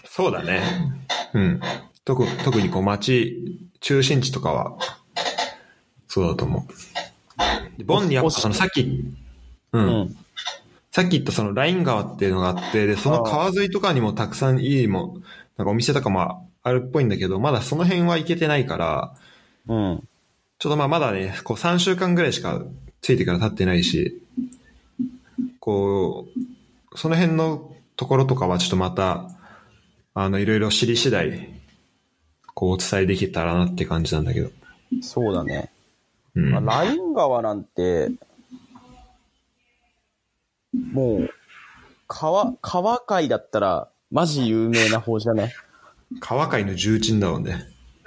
S1: そうだね。うん。特特にこう街、中心地とかは、そうだと思う。でボンにやっぱそのさっき、
S2: う
S1: うん、
S2: ん。
S1: さっき言ったそのライン川っていうのがあって、で、その川沿いとかにもたくさんいいもん、なんかお店とかもあるっぽいんだけど、まだその辺は行けてないから、
S2: うん。
S1: ちょっとまあまだね、こう3週間ぐらいしかついてから経ってないし、こう、その辺のところとかはちょっとまた、あの、いろいろ知り次第、こうお伝えできたらなって感じなんだけど。
S2: そうだね。
S1: うん。
S2: まあ、ライン川なんて、もう、川、川界だったら、マジ有名な方じゃね。
S1: 川海の重鎮だもんね。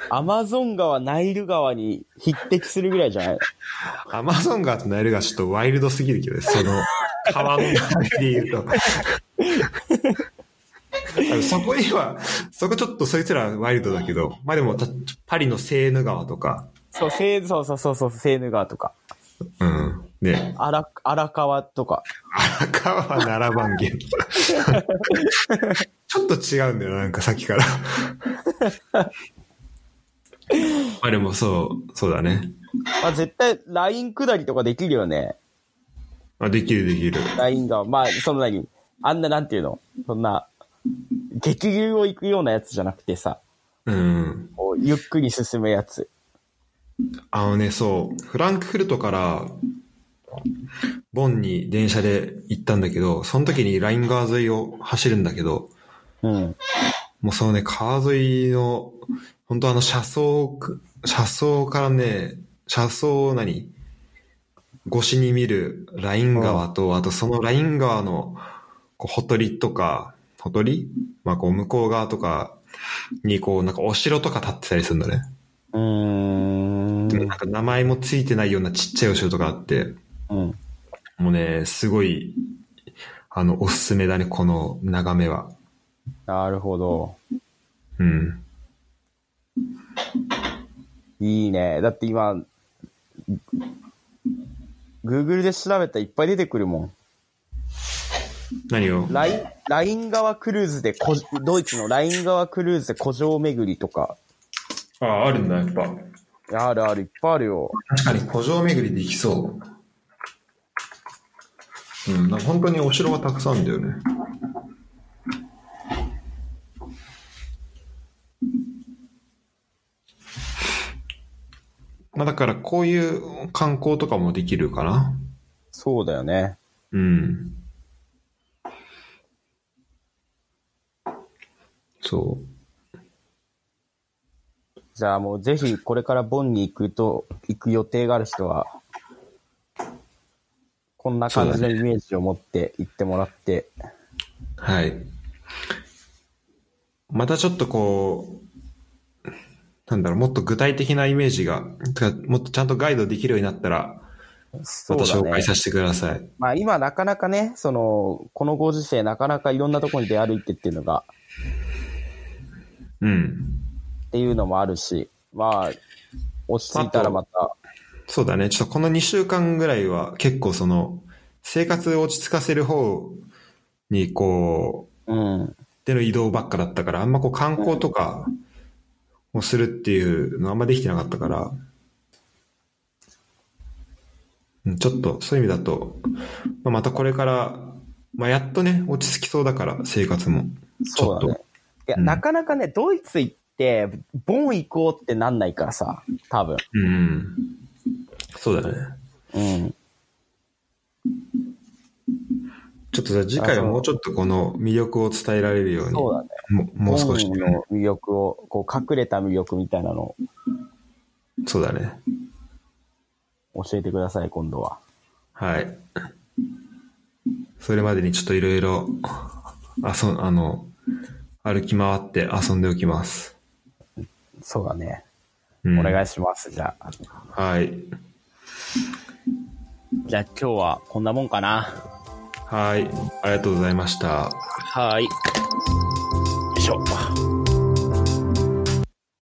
S2: アマゾン川、ナイル川に匹敵するぐらいじゃない
S1: アマゾン川とナイル川ちょっとワイルドすぎるけどね、その、川の流れで言うと。あのそこには、そこちょっとそいつらワイルドだけど、まあでも、たパリのセーヌ川とか、
S2: そう、セー、そうそうそうそう、セーヌ川とか、
S1: うん、ね、
S2: 荒、荒川とか。
S1: 荒川は奈良番県。ちょっと違うんだよな、なんかさっきから。まあでもそう、そうだね。
S2: まあ、絶対、ライン下りとかできるよね。
S1: あできるできる。
S2: ライン川。まあ、その何あんな、なんていうのそんな、激流を行くようなやつじゃなくてさ、
S1: うん。
S2: こうゆっくり進むやつ。
S1: あのね、そう、フランクフルトから、ボンに電車で行ったんだけど、その時にライン川沿いを走るんだけど、
S2: うん。
S1: もうそのね、川沿いの、本当あの車窓く、車窓からね、車窓を何越しに見るライン川と、あとそのライン川の、こう、ほとりとか、ほとりまあ、こう、向こう側とかに、こう、なんかお城とか建ってたりするんだね。
S2: うー
S1: なん
S2: ん。
S1: か名前もついてないようなちっちゃいお城とかあって、
S2: うん。
S1: もうね、すごい、あの、おすすめだね、この眺めは。
S2: なるほど。
S1: うん。
S2: いいね。だって今、Google で調べたらいっぱい出てくるも
S1: 何を
S2: ん。ライン、ライン川クルーズでこ、ドイツのライン川クルーズで古城巡りとか。
S1: ああ、あるんだ、やっぱ。
S2: あるある、いっぱいあるよ。
S1: 確かに、古城巡りできそう。うん、なんか本当にお城がたくさんあるんだよね。まあだから、こういう観光とかもできるかな。
S2: そうだよね。
S1: うん。そう。
S2: じゃあもうぜひこれからボンに行くと、行く予定がある人は、こんな感じのイメージを持って行ってもらって。
S1: はい。またちょっとこう、なんだろう、もっと具体的なイメージが、てかもっとちゃんとガイドできるようになったら、
S2: そ
S1: ま
S2: う
S1: た
S2: だ
S1: 紹
S2: ね
S1: 介。させてください。
S2: まあ今なかなかね、その、このご時世なかなかいろんなところに出歩いてっていうのが、
S1: うん。
S2: っていうのもあるし、まあ、落ち着いたらまた、
S1: そうだね。ちょっとこの2週間ぐらいは結構その、生活を落ち着かせる方にこう、
S2: うん。
S1: での移動ばっかだったから、あんまこう観光とかをするっていうのあんまできてなかったから、うんちょっとそういう意味だと、まあ、またこれから、まあ、やっとね、落ち着きそうだから、生活も。ち
S2: そ
S1: ょ
S2: う
S1: っと。
S2: だね。いや、
S1: うん
S2: なかなかね、ドイツ行って、ボン行こうってなんないからさ、多分。
S1: うん。そうだね。
S2: うん。
S1: ちょっとじゃあ次回はもうちょっとこの魅力を伝えられるように、
S2: そうだね。
S1: ももう少し
S2: ボン。の魅力を、こう、隠れた魅力みたいなの
S1: そうだね。
S2: を教えてください、今度は。
S1: はい。それまでにちょっといろいろ、あ、そ、あの、歩き回って遊んでおきます。
S2: そうだね。
S1: うん
S2: お願いします、じゃあ。
S1: はい。
S2: じゃあ今日はこんなもんかな。
S1: はい。ありがとうございました。
S2: はい。